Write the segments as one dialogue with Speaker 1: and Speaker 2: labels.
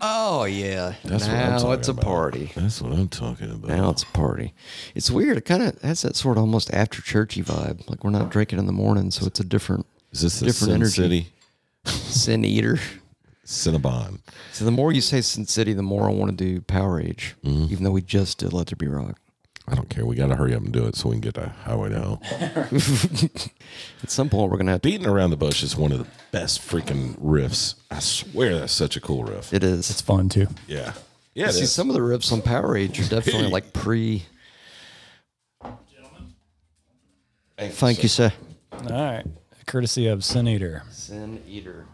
Speaker 1: Oh yeah.
Speaker 2: That's what I'm
Speaker 1: now
Speaker 2: talking
Speaker 1: it's a
Speaker 2: about.
Speaker 1: party.
Speaker 2: That's what I'm talking about.
Speaker 1: Now it's a party. It's weird. It kind of has that sort of almost after churchy vibe. Like we're not drinking in the morning, so it's a different
Speaker 2: Is this the
Speaker 1: different
Speaker 2: Sin
Speaker 1: energy.
Speaker 2: City
Speaker 1: sin eater.
Speaker 2: Cinnabon?
Speaker 1: So the more you say Sin City, the more I want to do Power Age.
Speaker 2: Mm-hmm.
Speaker 1: Even though we just did Let There Be Rock.
Speaker 2: I don't care. We got to hurry up and do it so we can get to Highway to Hell.
Speaker 1: At some point, we're gonna have to.
Speaker 2: Beating around the bush is one of the best freaking riffs. I swear that's such a cool riff.
Speaker 1: It is.
Speaker 3: It's fun too.
Speaker 2: yeah. Yeah. it
Speaker 1: See,
Speaker 2: is.
Speaker 1: some of the rips on Power Rage are definitely like pre. Thank you, sir.
Speaker 3: All right. Courtesy of Sin Eater.
Speaker 1: Sin Eater.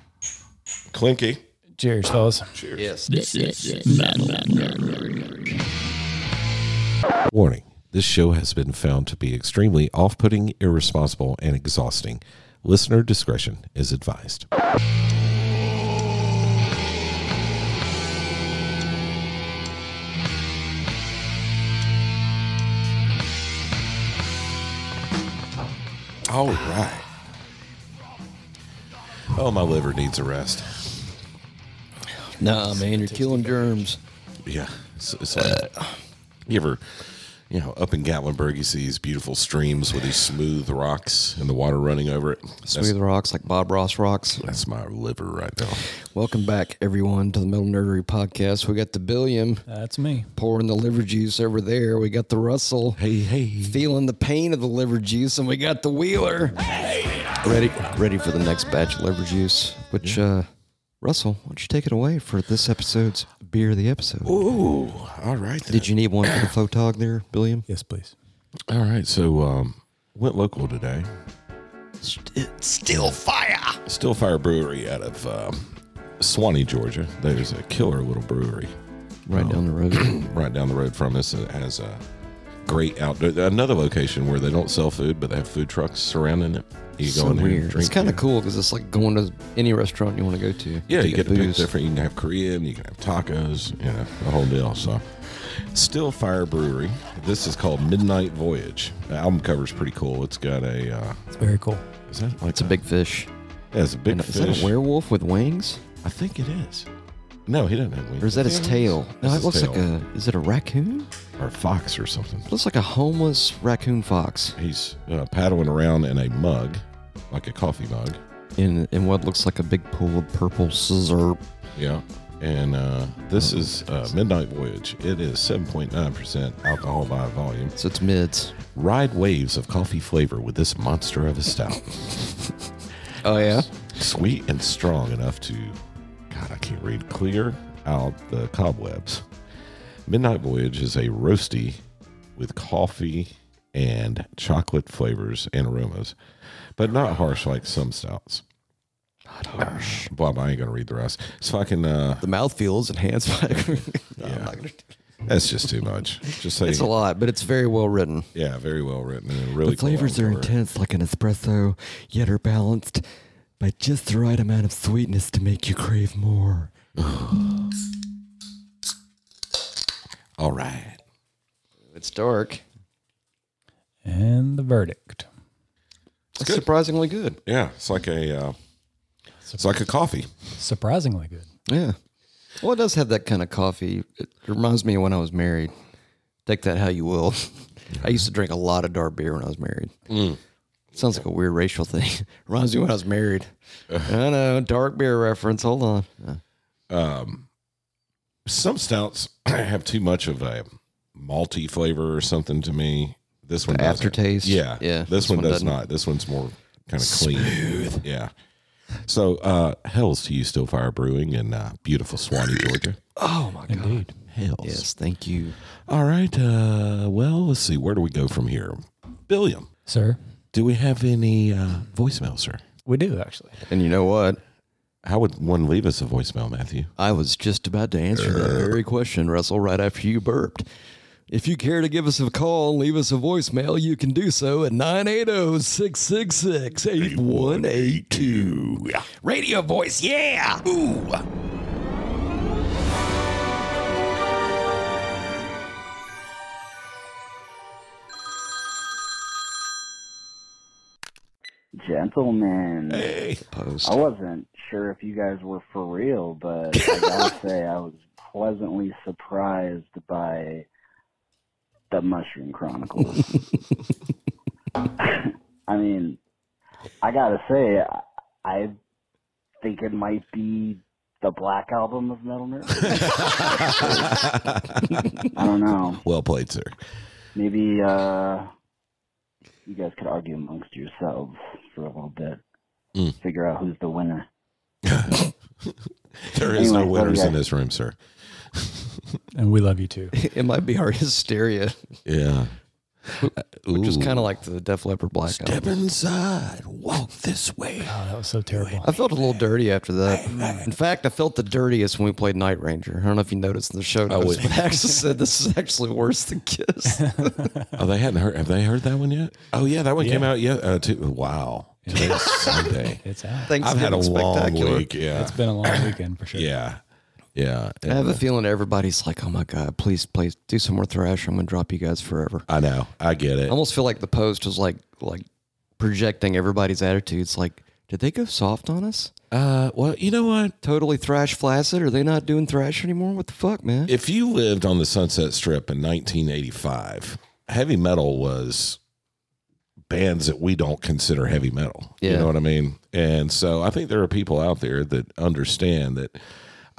Speaker 2: Clinky.
Speaker 3: Cheers, fellas.
Speaker 1: Yes.
Speaker 2: Warning this show has been found to be extremely off putting, irresponsible, and exhausting. Listener discretion is advised. All right. Oh, my liver needs a rest.
Speaker 1: Nah, man, you're killing germs.
Speaker 2: Yeah, it's, it's like you ever, you know, up in Gatlinburg, you see these beautiful streams with these smooth rocks and the water running over it. That's,
Speaker 1: Smooth rocks like Bob Ross rocks.
Speaker 2: that's my liver right now.
Speaker 1: Welcome back, everyone, to the Metal Nerdery Podcast. We got the Billiam
Speaker 3: That's me.
Speaker 1: pouring the liver juice over there. We got the Russell
Speaker 2: Hey, hey,
Speaker 1: feeling the pain of the liver juice, and we got the Wheeler ready ready for the next batch of liver juice. Which uh, Russell, why don't you take it away for this episode's beer of the episode?
Speaker 2: ooh, all right. Then.
Speaker 1: Did you need one for the photog there, Billiam?
Speaker 3: Yes, please.
Speaker 2: All right, so um, went local today.
Speaker 1: Still fire.
Speaker 2: Stillfire Brewery out of um, Swanee, Georgia. There's a killer little brewery
Speaker 1: Right down the road.
Speaker 2: right down the road from us that has a great outdoor. Another location where they don't sell food, but they have food trucks surrounding it. You go
Speaker 1: so
Speaker 2: in there, and
Speaker 1: weird.
Speaker 2: drink
Speaker 1: It's kind
Speaker 2: your-
Speaker 1: of cool because it's like going to any restaurant you want to go to.
Speaker 2: Yeah,
Speaker 1: to
Speaker 2: you get to pick
Speaker 1: booze.
Speaker 2: different. You can have Korean, you can have tacos, you know, the whole deal. So, Still Fire Brewery. This is called Midnight Voyage. The album cover's pretty cool. It's got a. Uh,
Speaker 3: It's very cool.
Speaker 2: is that like
Speaker 1: It's a big fish.
Speaker 2: Yeah, it's a big
Speaker 1: And
Speaker 2: fish.
Speaker 1: Is that a werewolf with wings,
Speaker 2: I think it is. No, he doesn't have wings.
Speaker 1: or is that his
Speaker 2: Does he have
Speaker 1: tail?
Speaker 2: wings?
Speaker 1: No,
Speaker 2: That's
Speaker 1: it
Speaker 2: his
Speaker 1: looks like
Speaker 2: tail.
Speaker 1: a. Is it a raccoon?
Speaker 2: or a fox or something.
Speaker 1: It looks like a homeless raccoon fox
Speaker 2: He's uh, paddling around in a mug, like a coffee mug.
Speaker 1: in in what looks like a big pool of purple scissor.
Speaker 2: Yeah. And uh, this is uh, Midnight Voyage. It is 7.9% alcohol by volume.
Speaker 1: So it's mids.
Speaker 2: Ride waves of coffee flavor with this monster of a stout.
Speaker 1: Oh yeah.
Speaker 2: Sweet and strong enough to, God, I can't read, clear out the cobwebs. Midnight Voyage is a roasty with coffee and chocolate flavors and aromas, but not harsh like some stouts.
Speaker 1: Not harsh.
Speaker 2: Bob, I ain't going to read the rest. It's fucking, uh,
Speaker 1: The mouthfeel is enhanced by.
Speaker 2: yeah, that's just too much. Just say,
Speaker 1: It's a lot, but it's very well written.
Speaker 2: yeah, very well written and really
Speaker 1: The flavors
Speaker 2: cool
Speaker 1: are
Speaker 2: artwork.
Speaker 1: intense, like an espresso, yet are balanced by just the right amount of sweetness to make you crave more.
Speaker 2: All right.
Speaker 1: It's dark.
Speaker 3: And the verdict.
Speaker 1: It's
Speaker 2: good.
Speaker 1: surprisingly good.
Speaker 2: Yeah, it's like a, uh, it's like a coffee.
Speaker 3: Surprisingly good.
Speaker 1: Yeah. Well, it does have that kind of coffee. It reminds me of when I was married. Take that how you will. I used to drink a lot of dark beer when I was married. Sounds like a weird racial thing. reminds me when I was married. I know, dark beer reference. Hold on. Uh,
Speaker 2: some stouts have too much of a malty flavor or something to me. This one doesn't.
Speaker 1: aftertaste?
Speaker 2: Yeah,
Speaker 1: Yeah,
Speaker 2: This, one, does
Speaker 1: doesn't.
Speaker 2: not. This one's more kind of clean. Yeah. So, uh, hells to you, Stillfire Brewing in uh, beautiful Swanee, Georgia.
Speaker 1: Oh, my God.
Speaker 3: Indeed.
Speaker 2: Hells.
Speaker 1: Yes, thank you.
Speaker 2: All right. Uh, well, let's see. Where do we go from here? Billiam,
Speaker 3: Sir,
Speaker 2: do we have any uh, voicemail, sir?
Speaker 3: we do actually.
Speaker 1: And you know what?
Speaker 2: How would one leave us a voicemail, Matthew?
Speaker 1: I was just about to answer that very question, Russell, right after you burped. If you care to give us a call and leave us a voicemail, you can do so at oh, 980 666 8182. Radio voice, yeah! Ooh!
Speaker 4: Jen, gentlemen.
Speaker 2: Hey.
Speaker 1: Post.
Speaker 4: I wasn't sure if you guys were for real, but I gotta say I was pleasantly surprised by the Mushroom Chronicles. I mean, I gotta say I, I think it might be the Black Album of Metal Nerds. I don't know.
Speaker 2: well played, sir.
Speaker 4: Maybe uh, you guys could argue amongst yourselves for a little bit,
Speaker 2: Mm.
Speaker 4: figure out who's the winner.
Speaker 2: There is no
Speaker 4: Anyway, what do
Speaker 2: winners
Speaker 4: you
Speaker 2: in
Speaker 4: got?
Speaker 2: this room, sir.
Speaker 3: And we love you too.
Speaker 1: It might be our hysteria,
Speaker 2: Yeah.
Speaker 1: which is
Speaker 2: Ooh.
Speaker 1: kind of like the Def Leppard Black
Speaker 2: Step
Speaker 1: Album.
Speaker 2: inside. Walk this way.
Speaker 3: Oh, that was so terrible.
Speaker 1: I felt a little dirty after that. In fact, I felt the dirtiest when we played Night Ranger. I don't know if you noticed in the show notes,
Speaker 2: would-
Speaker 1: but Axel said this is actually worse than Kiss.
Speaker 2: Oh, they hadn't heard. Have they heard that one yet? Oh yeah, that one came
Speaker 3: Yeah.
Speaker 2: out yet. Uh, too. Wow. Today's Sunday.
Speaker 3: It's out.
Speaker 1: Thanksgiving
Speaker 2: I've had a long
Speaker 1: spectacular.
Speaker 2: week. Yeah.
Speaker 3: It's been a long weekend for sure.
Speaker 2: yeah. Yeah.
Speaker 1: I have a feeling everybody's like, "Oh my god, please, please do some more thrash. I'm gonna drop you guys forever."
Speaker 2: I know. I get
Speaker 1: I
Speaker 2: it.
Speaker 1: almost feel like the post was like, like projecting everybody's attitudes. Like, did they go soft on us?
Speaker 2: Uh, well, you know what?
Speaker 1: Totally thrash flaccid? Are they not doing thrash anymore? What the fuck, man?
Speaker 2: If you lived on the Sunset Strip in 1985, heavy metal was bands that we don't consider heavy metal. You
Speaker 1: Yeah.
Speaker 2: know what I mean? And so I think there are people out there that understand that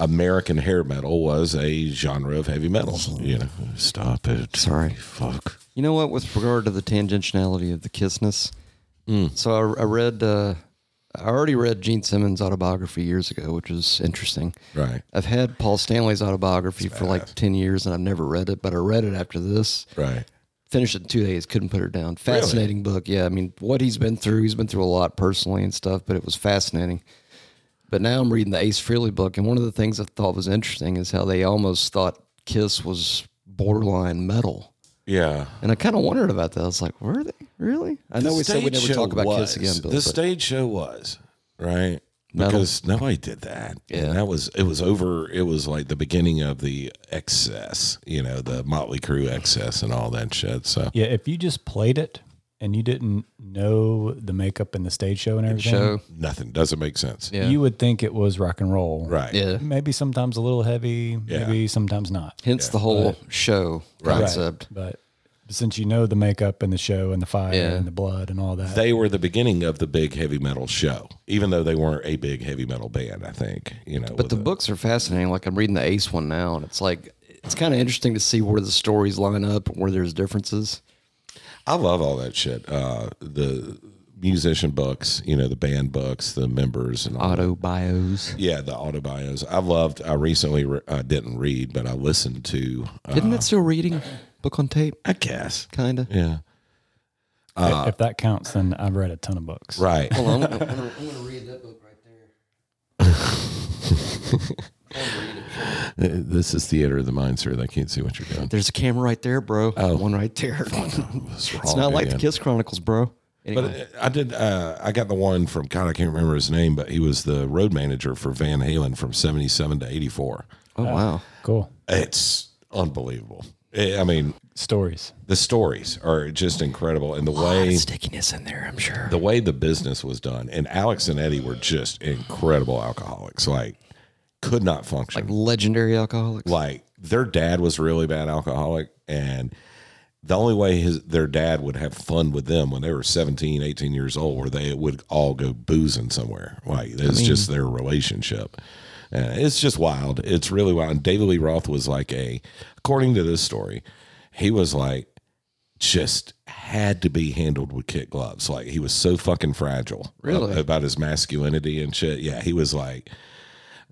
Speaker 2: American hair metal was a genre of heavy metal. You know, stop it.
Speaker 1: Sorry.
Speaker 2: Fuck.
Speaker 1: You know what? With regard to the tangentiality of the kissness, so I, I read, uh, I already read Gene Simmons' autobiography years ago, which is interesting.
Speaker 2: Right.
Speaker 1: I've had Paul Stanley's autobiography for like ten years, and I've never read it, but I read it after this.
Speaker 2: Right.
Speaker 1: finished it in two days couldn't put her down fascinating book yeah i mean what he's been through he's been through a lot personally and stuff but it was fascinating but now i'm reading the ace frehley book and one of the things i thought was interesting is how they almost thought kiss was borderline metal
Speaker 2: Yeah.
Speaker 1: and i kind of wondered about that i was like were they really i know we said we
Speaker 2: stage
Speaker 1: never
Speaker 2: show
Speaker 1: talk about
Speaker 2: was,
Speaker 1: kiss again but,
Speaker 2: the stage show was right
Speaker 1: Metal.
Speaker 2: because nobody did that.
Speaker 1: Yeah.
Speaker 2: and that was it was over. It was like the beginning of the excess, you know, the Motley Crue excess and all that shit. So
Speaker 3: Yeah, if you just played it and you didn't know the makeup and the stage show and everything,
Speaker 1: show
Speaker 2: nothing doesn't make sense.
Speaker 1: yeah
Speaker 3: you would think it was rock and roll.
Speaker 2: Right.
Speaker 1: yeah
Speaker 3: Maybe sometimes a little heavy,
Speaker 2: Yeah.
Speaker 3: maybe sometimes not.
Speaker 1: hence the whole show
Speaker 2: Right.
Speaker 1: concept
Speaker 3: But since you know the makeup and the show and the fire
Speaker 1: Yeah.
Speaker 3: and the blood and all that,
Speaker 2: They were the beginning of the big heavy metal show, even though they weren't a big heavy metal band. I think you know,
Speaker 1: But the books are fascinating. Like I'm reading the Ace one now, and it's like it's kind of interesting to see where the stories line up, and where there's differences.
Speaker 2: I love all that shit. Uh, the musician books, you know, the band books, the members, and all
Speaker 1: Auto bios.
Speaker 2: Yeah, the autobios. I loved. I recently re- I didn't read, but I listened to. Uh,
Speaker 1: Isn't that still reading? Book on tape,
Speaker 2: I guess.
Speaker 1: kind of.
Speaker 2: Yeah.
Speaker 3: if that counts, then I've read a ton of books.
Speaker 2: Uh, Right.
Speaker 1: Hold on, I'm gonna, I'm gonna read that book right there.
Speaker 2: this is theater of the mind, sir. They can't see what you're doing.
Speaker 1: There's a camera right there, bro. Oh. One right there.
Speaker 2: It's
Speaker 1: it's not like the Kiss Chronicles, bro.
Speaker 2: Oh, But
Speaker 1: Anyway,
Speaker 2: uh, I did. Uh, I got the one from God. I can't remember his name, but he was the road manager for Van Halen from '77 to '84.
Speaker 1: oh wow,
Speaker 3: Cool.
Speaker 2: It's unbelievable. I I mean,
Speaker 3: Stories.
Speaker 2: the stories are just incredible, and
Speaker 1: a
Speaker 2: the
Speaker 1: lot
Speaker 2: way
Speaker 1: of stickiness in there. I'm sure.
Speaker 2: the way the business was done, and Alex and Eddie were just incredible alcoholics. Like, could not function. Like,
Speaker 1: Legendary alcoholics.
Speaker 2: their dad was a really bad alcoholic, and the only way his their dad would have fun with them when they were 17, 18 years old, where they would all go boozing somewhere. Like, it's just their relationship. And it's just wild. It's really wild. And David Lee Roth was like a, according to this story, he was like just had to be handled with kit gloves. Like he was so fucking fragile.
Speaker 1: Really?
Speaker 2: a- About his masculinity and shit. Yeah. He was like,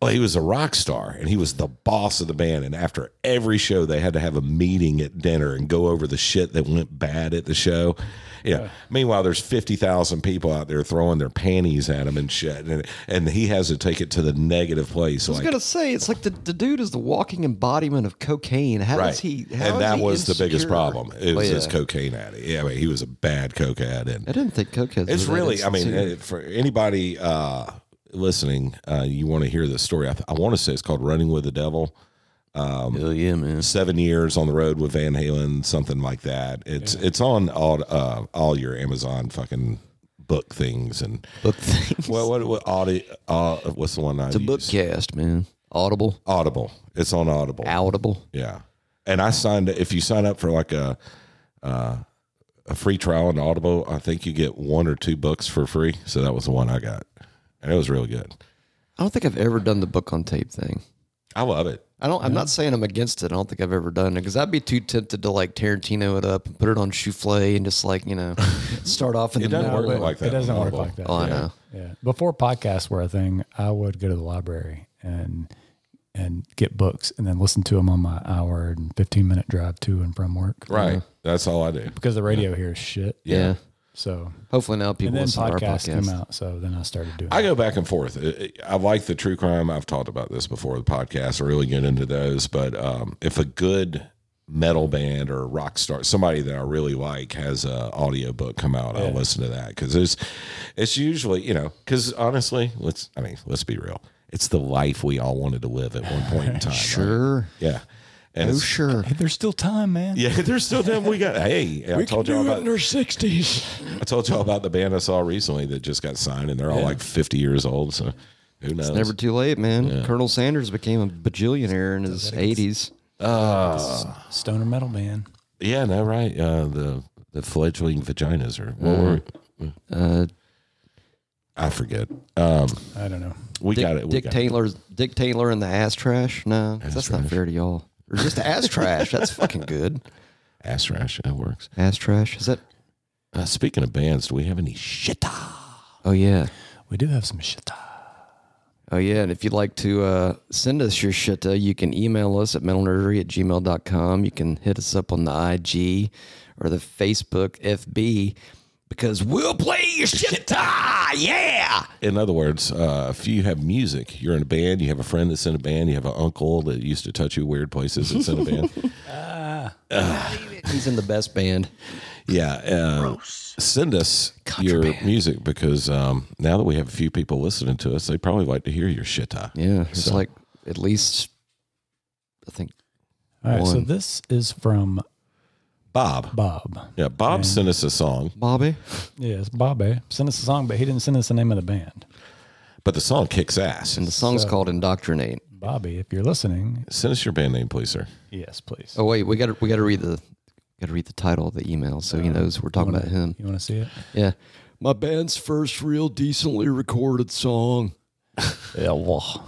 Speaker 2: well, he was a rock star and he was the boss of the band. And after every show, they had to have a meeting at dinner and go over the shit that went bad at the show. Yeah. Meanwhile, there's 50,000 people out there throwing their panties at him and shit. And, and he has to take it to the negative place.
Speaker 1: I was
Speaker 2: Like,
Speaker 1: gonna say it's like the, the dude is the walking embodiment of cocaine. How
Speaker 2: right.
Speaker 1: is he? how is
Speaker 2: and that
Speaker 1: he
Speaker 2: was the biggest
Speaker 1: insecure? Oh,
Speaker 2: problem. It was
Speaker 1: yeah.
Speaker 2: his cocaine addict. Yeah. I mean, he was a bad coke addict.
Speaker 1: I didn't think cokeheads.
Speaker 2: It's
Speaker 1: were that
Speaker 2: really, I mean,
Speaker 1: insincere.
Speaker 2: uh, for anybody uh, listening, uh, you want to hear this story. I, th- I want to say it's called Running with the Devil.
Speaker 1: Hell Oh, yeah, man.
Speaker 2: Seven years on the road with Van Halen, something like that. It's it's on all uh, all your Amazon fucking book things and
Speaker 1: Book things.
Speaker 2: well, what what audi, uh, what's the one I
Speaker 1: it's a
Speaker 2: use?
Speaker 1: bookcast, man. Audible,
Speaker 2: Audible. It's on Audible.
Speaker 1: Audible.
Speaker 2: Yeah. And I signed if you sign up for like a uh, a free trial in Audible, I think you get one or two books for free. So that was the one I got. And it was really good.
Speaker 1: I don't think I've ever done the book on tape thing.
Speaker 2: I love it.
Speaker 1: I don't. I'm not saying I'm against it. I don't think I've ever done it because I'd be too tempted to like Tarantino it up and put it on Souffle and just like you know start off in
Speaker 2: It
Speaker 1: the
Speaker 2: doesn't
Speaker 1: middle.
Speaker 2: work
Speaker 3: but
Speaker 2: like that
Speaker 3: It doesn't
Speaker 2: on
Speaker 3: work
Speaker 2: Audible.
Speaker 3: like that.
Speaker 1: Oh, I
Speaker 3: yeah.
Speaker 1: know.
Speaker 3: Yeah. Before podcasts were a thing, I would go to the library and and get books and then listen to them on my hour and 15 minute drive to and from work.
Speaker 2: Right. Mm-hmm. That's all I do.
Speaker 3: Because the radio here is shit.
Speaker 1: Yeah.
Speaker 3: So,
Speaker 1: Hopefully now people
Speaker 3: and then
Speaker 1: listen to our
Speaker 3: podcasts came
Speaker 1: podcast.
Speaker 3: out. So then I started doing
Speaker 2: I go back and forth. I- I like the true crime. I've talked about this before the podcast. I really get into those. But um, if a good metal band or rock star, somebody that I really like, has a audio book come out, I'll
Speaker 3: Yeah.
Speaker 2: listen to that because it's it's usually you know because honestly, let's I mean let's be real, it's the life we all wanted to live at one point in time. right?
Speaker 1: Sure.
Speaker 2: yeah, and
Speaker 1: Oh,
Speaker 2: it's,
Speaker 1: sure.
Speaker 3: Hey, there's still time, man.
Speaker 2: yeah, there's still them we got. Hey, I told y'all about
Speaker 3: our 60s.
Speaker 2: I told y'all about the band I saw recently that just got signed, and they're all like 50 years old. So who knows?
Speaker 1: Never too late, man. Colonel Sanders became a bajillionaire in his 80s.
Speaker 3: Stoner metal man.
Speaker 2: Uh, Yeah, no, right. Uh, the the fledgling vaginas or what
Speaker 1: Mm.
Speaker 2: were
Speaker 1: Uh,
Speaker 2: I forget. Um,
Speaker 3: I don't know.
Speaker 2: we
Speaker 1: Dick,
Speaker 2: got it. We
Speaker 1: Dick
Speaker 2: got it.
Speaker 1: Taylor's Dick Taylor and the ass trash. No, that's not fair to y'all. Or just ass trash. That's fucking good.
Speaker 2: Ass rash. That works.
Speaker 1: Ass trash. Is that?
Speaker 2: Uh, speaking of bands, do we have any shit?
Speaker 1: Oh yeah.
Speaker 3: We do have some shit.
Speaker 1: Oh yeah. And if you'd like to uh, send us your shit, uh, you can email us at mentalnerdery at gmail.com. You can hit us up on the IG or the Facebook FB because we'll play your shit. Yeah.
Speaker 2: In other words, uh, if you have music, you're in a band, you have a friend that's in a band, you have an uncle that used to touch you weird places that's in a band.
Speaker 1: He's in the best band.
Speaker 2: yeah. Uh, send us your music because um, now that we have a few people listening to us, they probably like to hear your shit.
Speaker 1: Yeah. It's like at least I think
Speaker 3: All right. So
Speaker 1: One.
Speaker 3: this is from
Speaker 2: Bob.
Speaker 3: Bob.
Speaker 2: Yeah, Bob sent us a song,
Speaker 1: Bobby.
Speaker 3: Yes, Bobby sent us a song, but he didn't eh? send us the name of the band.
Speaker 2: but the song kicks ass.
Speaker 1: And the song's called Indoctrinate.
Speaker 3: Bobby, if you're listening,
Speaker 2: Send us your band name, please, sir.
Speaker 3: yes, please.
Speaker 1: Oh wait, we got to we got to read the got to read the title of the email so he knows we're talking about him.
Speaker 3: You want to see it?
Speaker 1: Yeah. My band's first real decently recorded song.
Speaker 3: Yeah. Well.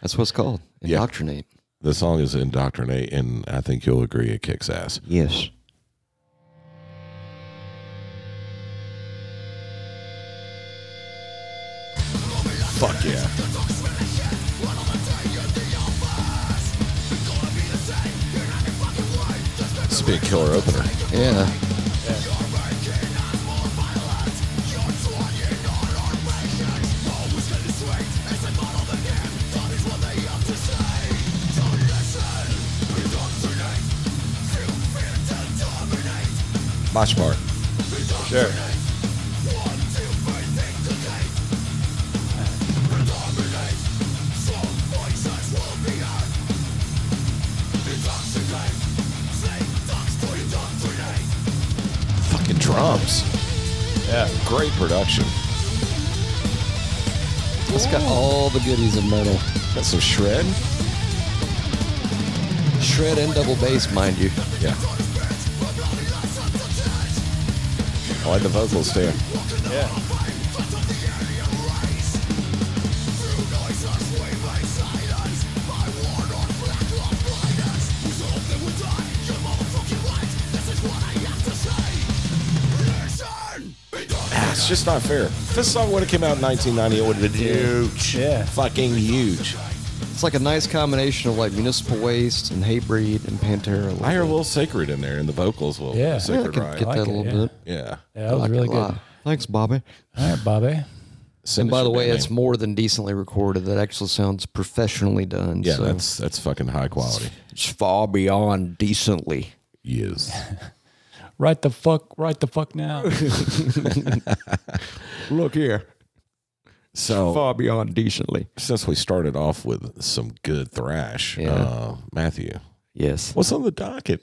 Speaker 1: That's what it's called. Indoctrinate.
Speaker 2: The song is Indoctrinate, and I think you'll agree it kicks ass.
Speaker 1: Yes.
Speaker 2: Fuck yeah. This would be a killer opener.
Speaker 1: Yeah.
Speaker 2: Mosh part. Sure. Fucking drums. Yeah. Great production.
Speaker 1: It's got all the goodies of metal.
Speaker 2: Got some shred.
Speaker 1: Shred and double bass, mind you.
Speaker 2: Yeah. I like the vocals too. Ah, It's just not fair. If this song would have came out in 1990, it would have been huge.
Speaker 3: Yeah.
Speaker 2: Fucking huge.
Speaker 1: It's like a nice combination of like Municipal Waste and Hatebreed and Pantera.
Speaker 2: I hear a little sacred in there, and the vocals will.
Speaker 3: Yeah.
Speaker 1: Yeah, I
Speaker 2: Sacred
Speaker 1: could
Speaker 2: Rhyme.
Speaker 1: get
Speaker 3: I
Speaker 1: that
Speaker 3: like
Speaker 1: a
Speaker 3: it,
Speaker 1: little
Speaker 3: yeah.
Speaker 1: bit.
Speaker 2: Yeah.
Speaker 3: Yeah, that was
Speaker 1: Like it
Speaker 3: really
Speaker 1: a
Speaker 3: good.
Speaker 1: lot.
Speaker 3: All
Speaker 1: Thanks, Bobby.
Speaker 3: right, Bobby.
Speaker 1: And by the way, it's more than decently recorded. That actually sounds professionally done.
Speaker 2: yeah,
Speaker 1: so
Speaker 2: that's that's fucking high quality.
Speaker 1: it's far beyond decently.
Speaker 2: Yes.
Speaker 3: Right the fuck, right the fuck now.
Speaker 1: Look here,
Speaker 2: So
Speaker 1: far beyond decently.
Speaker 2: since we started off with some good thrash,
Speaker 1: Yeah.
Speaker 2: uh, Matthew,
Speaker 1: Yes.
Speaker 2: what's on the docket?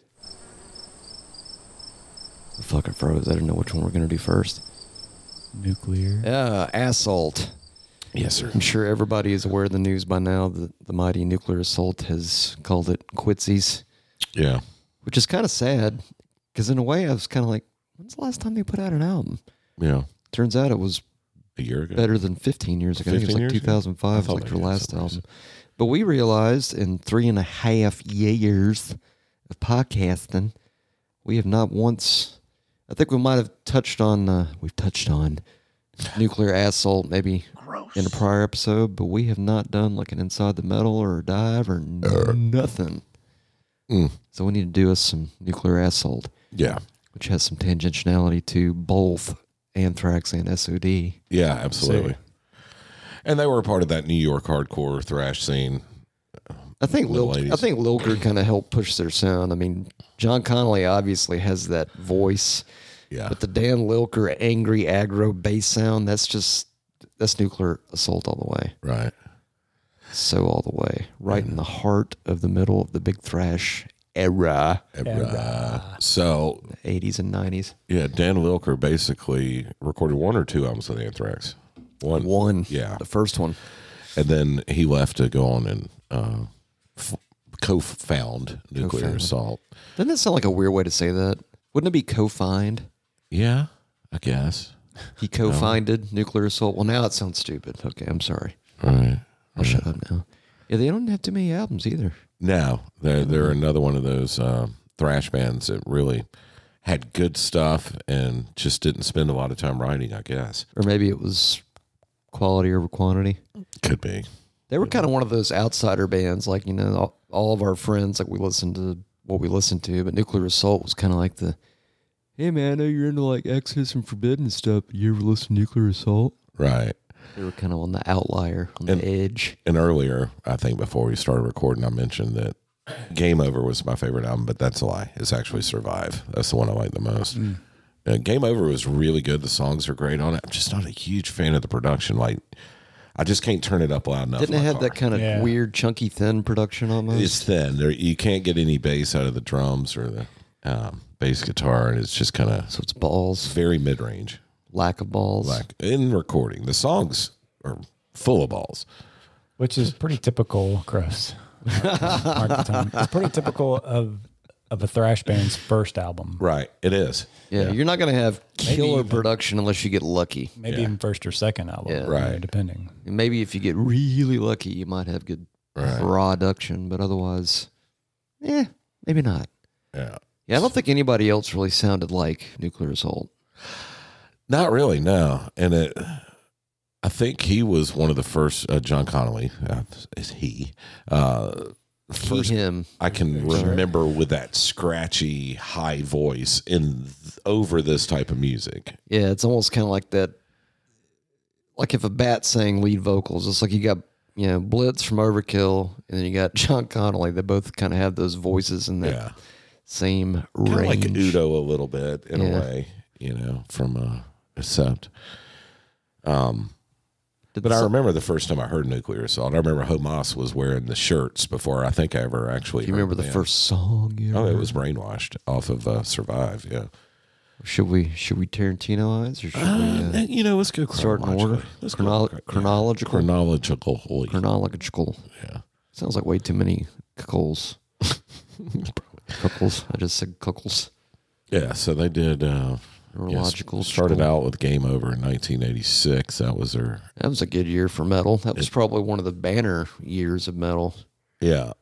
Speaker 1: I fucking froze. I didn't know which one we're gonna do first.
Speaker 3: Nuclear.
Speaker 1: Uh, assault.
Speaker 2: Yes, sir.
Speaker 1: I'm sure everybody is aware of the news by now that the mighty nuclear assault has called it quitsies,
Speaker 2: Yeah.
Speaker 1: which is kind of sad because in a way I was kind of like, when's the last time they put out an album?
Speaker 2: Yeah.
Speaker 1: Turns out it was
Speaker 2: A year ago.
Speaker 1: better than 15 years ago. I think it
Speaker 2: 15
Speaker 1: was like
Speaker 2: years ago?
Speaker 1: 2005,
Speaker 2: I
Speaker 1: was
Speaker 2: thought
Speaker 1: like
Speaker 2: they
Speaker 1: their
Speaker 2: did
Speaker 1: last
Speaker 2: some
Speaker 1: album.
Speaker 2: reason.
Speaker 1: But we realized in three and a half years of podcasting, we have not once. I think we might have touched on. Uh, we've touched on nuclear assault maybe in a prior episode, but we have not done like an inside the metal or a dive or n- nothing.
Speaker 2: Uh. Mm.
Speaker 1: So we need to do us some nuclear assault,
Speaker 2: Yeah.
Speaker 1: which has some tangentiality to both Anthrax and SOD.
Speaker 2: Yeah, absolutely. And they were a part of that New York hardcore thrash scene.
Speaker 1: I think
Speaker 2: Little
Speaker 1: Lil, I
Speaker 2: ladies.
Speaker 1: think Lilker kind of helped push their sound. I mean, John Connolly obviously has that voice,
Speaker 2: Yeah.
Speaker 1: but the Dan Lilker angry aggro bass sound that's just that's nuclear assault all the way.
Speaker 2: right.
Speaker 1: So all the way, right in the heart of the middle of the big thrash era,
Speaker 2: Uh, so,
Speaker 1: the 80s and 90s.
Speaker 2: yeah, Dan Wilker basically recorded one or two albums with Anthrax. One.
Speaker 1: One,
Speaker 2: Yeah.
Speaker 1: the first one.
Speaker 2: And then he left to go on and uh, f- co found Nuclear
Speaker 1: Co-found.
Speaker 2: Assault.
Speaker 1: Doesn't that sound like a weird way to say that? Wouldn't it be co-fined?
Speaker 2: Yeah, I guess.
Speaker 1: He co-finded nuclear assault. Well, now it sounds stupid. Okay, I'm sorry.
Speaker 2: All right.
Speaker 1: I'll shut up now. Yeah, they don't have too many albums either.
Speaker 2: No, they're they're another one of those um, thrash bands that really had good stuff and just didn't spend a lot of time writing. I guess
Speaker 1: or maybe it was quality over quantity.
Speaker 2: could be.
Speaker 1: They were kind of one of those outsider bands, like you know, all, all of our friends, like we listened to what we listened to, but Nuclear Assault was kind of like the, hey man, I know you're into like Exodus and Forbidden stuff. but You ever listen to Nuclear Assault?
Speaker 2: Right.
Speaker 1: They were kind of on the outlier, on
Speaker 2: And-
Speaker 1: the edge.
Speaker 2: And earlier, I think before we started recording, I mentioned that Game Over was my favorite album, but that's a lie. It's actually Survive. That's the one I like the most. Uh, Game Over was really good. The songs are great on it. I'm just not a huge fan of the production. Like, I just can't turn it up loud enough.
Speaker 1: Didn't
Speaker 2: in
Speaker 1: it
Speaker 2: my
Speaker 1: have
Speaker 2: car.
Speaker 1: that kind of
Speaker 3: Yeah.
Speaker 1: weird chunky thin production almost?
Speaker 2: it's thin. There, you can't get any bass out of the drums or the um, bass guitar, and it's just kind of
Speaker 1: so it's balls,
Speaker 2: very mid range.
Speaker 1: lack of balls.
Speaker 2: Like in recording, the songs are full of balls.
Speaker 3: which is pretty typical, Chris. Mark the time. It's pretty typical of of a thrash band's first album,
Speaker 2: Right, it is.
Speaker 1: Yeah, you're not gonna have killer
Speaker 3: even-
Speaker 1: production unless you get lucky.
Speaker 3: maybe
Speaker 2: Yeah.
Speaker 3: even first or second album,
Speaker 1: Yeah.
Speaker 3: you know,
Speaker 2: Right.
Speaker 3: Depending.
Speaker 1: And Maybe if you get really lucky, you might have good
Speaker 2: Right.
Speaker 1: production, but otherwise, eh, maybe not.
Speaker 2: Yeah,
Speaker 1: Yeah, I don't think anybody else really sounded like Nuclear Assault.
Speaker 2: not really. No, and it. I think he was one of the first. Uh, John Connolly uh, is he. Uh,
Speaker 1: He,
Speaker 2: first
Speaker 1: him.
Speaker 2: I can remember with that scratchy high voice in th- over this type of music.
Speaker 1: Yeah, it's almost kind of like that. Like if a bat sang lead vocals, it's like you got you know Blitz from Overkill, and then you got John Connolly. They both kind of have those voices in that
Speaker 2: Yeah.
Speaker 1: same
Speaker 2: Kinda
Speaker 1: range.
Speaker 2: like Udo a uh, little bit in
Speaker 1: Yeah.
Speaker 2: a way, you know, from uh, Accept.
Speaker 1: Did
Speaker 2: But I
Speaker 1: some-
Speaker 2: remember the first time I heard Nuclear Assault. I remember Hamas was wearing the shirts before I think I ever actually.
Speaker 1: Do you
Speaker 2: heard
Speaker 1: remember the
Speaker 2: them.
Speaker 1: first song? You
Speaker 2: Oh, it
Speaker 1: heard?
Speaker 2: was brainwashed off of uh, Survive. Yeah,
Speaker 1: Should we should we Tarantino eyes or should we? Uh,
Speaker 2: you know, let's go
Speaker 1: Start in order.
Speaker 2: Let's
Speaker 1: Chrono-
Speaker 2: go
Speaker 1: chronological.
Speaker 2: chronological. oh,
Speaker 1: chronological.
Speaker 2: Yeah.
Speaker 1: Sounds like way too many cuckoles. cuckoles. I just said cuckoles.
Speaker 2: Yeah, so they did. Uh, yes,
Speaker 1: Neurological.
Speaker 2: started out with Game Over in 1986. That was their
Speaker 1: That was a good year for metal. That was probably one of the banner years of metal
Speaker 2: yeah.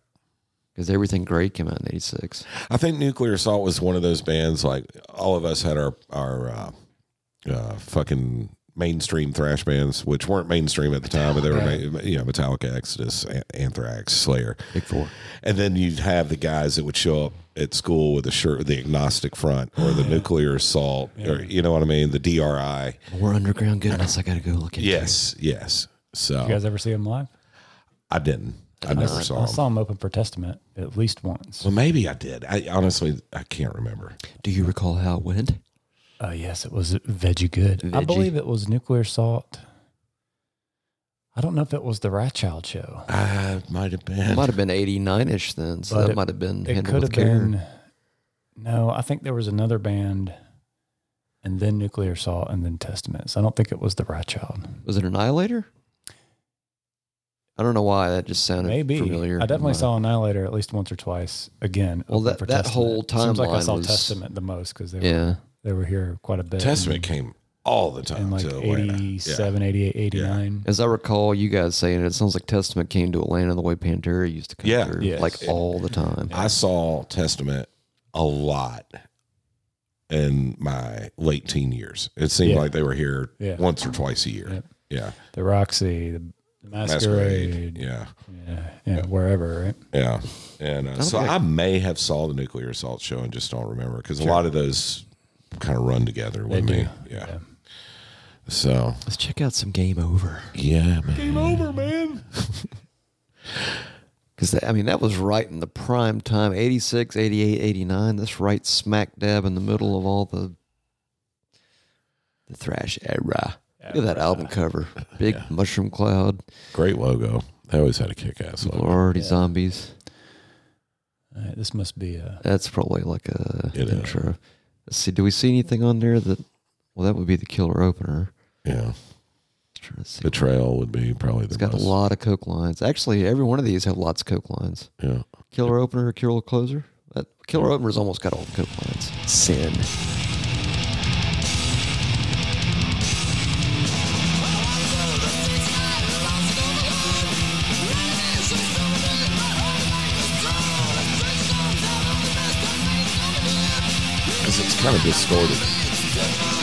Speaker 1: because everything great came out in '86.
Speaker 2: I think Nuclear Assault was one of those bands like all of us had our our uh, uh, fucking mainstream thrash bands, which weren't mainstream at the time, but they were ma- you know Metallica, Exodus, An- Anthrax, Slayer,
Speaker 1: Big Four.
Speaker 2: and then you'd have the guys that would show up at school with a shirt with the agnostic front or the Nuclear Assault or you know what I mean, the DRI.
Speaker 1: More underground goodness. I gotta go look at.
Speaker 2: Yes, yes. So
Speaker 3: You guys ever see them live?
Speaker 2: I didn't. I never saw
Speaker 3: I
Speaker 2: them.
Speaker 3: saw them open for Testament at least once.
Speaker 2: Well, maybe I did. I honestly I can't remember.
Speaker 1: Do you recall how it went?
Speaker 3: Oh yes, it was veggie good. I
Speaker 1: Veggie.
Speaker 3: believe it was nuclear salt. I don't know if it was the Ratchild show.
Speaker 2: I might have been.
Speaker 1: It might have been '89ish then, so
Speaker 3: But
Speaker 1: that
Speaker 3: it-
Speaker 1: might have been
Speaker 3: It
Speaker 1: handled
Speaker 3: could
Speaker 1: with
Speaker 3: have
Speaker 1: care.
Speaker 3: been. No, I think there was another band. and then nuclear salt and then testament. So I don't think it was the Rothschild.
Speaker 1: Was it Annihilator? I don't know why that just sounded
Speaker 3: Maybe
Speaker 1: familiar.
Speaker 3: I
Speaker 1: in
Speaker 3: definitely
Speaker 1: my-
Speaker 3: saw Annihilator at least once or twice. Again,
Speaker 1: Well,
Speaker 3: open
Speaker 1: that-
Speaker 3: for
Speaker 1: that
Speaker 3: Testament.
Speaker 1: whole
Speaker 3: seems like I
Speaker 1: timeline
Speaker 3: saw
Speaker 1: was-
Speaker 3: Testament the most because they were
Speaker 1: Yeah,
Speaker 3: they were here quite a bit.
Speaker 2: Testament came all the
Speaker 3: in,
Speaker 2: time
Speaker 3: in like
Speaker 2: to Atlanta. Yeah.
Speaker 3: 87, 88, 89.
Speaker 1: as I recall, you guys saying it, it sounds like Testament came to Atlanta the way Pantera used to come
Speaker 2: Yeah.
Speaker 1: through,
Speaker 3: Yes.
Speaker 1: like all the time.
Speaker 2: I saw Testament a lot in my late teen years. It seemed
Speaker 3: Yeah.
Speaker 2: like they were here
Speaker 3: Yeah.
Speaker 2: once or twice a year. Yeah.
Speaker 3: The Roxy, the Masquerade,
Speaker 2: Masquerade. Yeah.
Speaker 3: Yeah, yeah, wherever, right?
Speaker 2: Yeah. And uh, so
Speaker 1: Okay.
Speaker 2: I may have saw the nuclear assault show and just don't remember because a lot of those kind of run together with
Speaker 3: They
Speaker 2: me.
Speaker 3: do.
Speaker 2: Yeah. So,
Speaker 1: Let's check out some Game Over
Speaker 2: yeah, man. Game over, man.
Speaker 1: because I mean that was right in the prime time, 86, 88, 89. That's right smack dab in the middle of all the the thrash era. Look at that album cover, big mushroom cloud,
Speaker 2: Great logo. They always had a kick ass logo.
Speaker 1: already zombies.
Speaker 3: All right, Uh, this must be a
Speaker 1: That's probably like a
Speaker 2: It is.
Speaker 1: intro. Let's see, do we see anything on there that? Well, that would be the killer opener.
Speaker 2: Yeah.
Speaker 1: Just trying to see.
Speaker 2: Betrayal would be probably the
Speaker 1: It's got a
Speaker 2: most.
Speaker 1: lot of coke lines. Actually, every one of these have lots of coke lines.
Speaker 2: Yeah.
Speaker 1: Killer opener, killer closer. That killer opener's almost got all the coke lines. Sin.
Speaker 2: Because it's kind of distorted.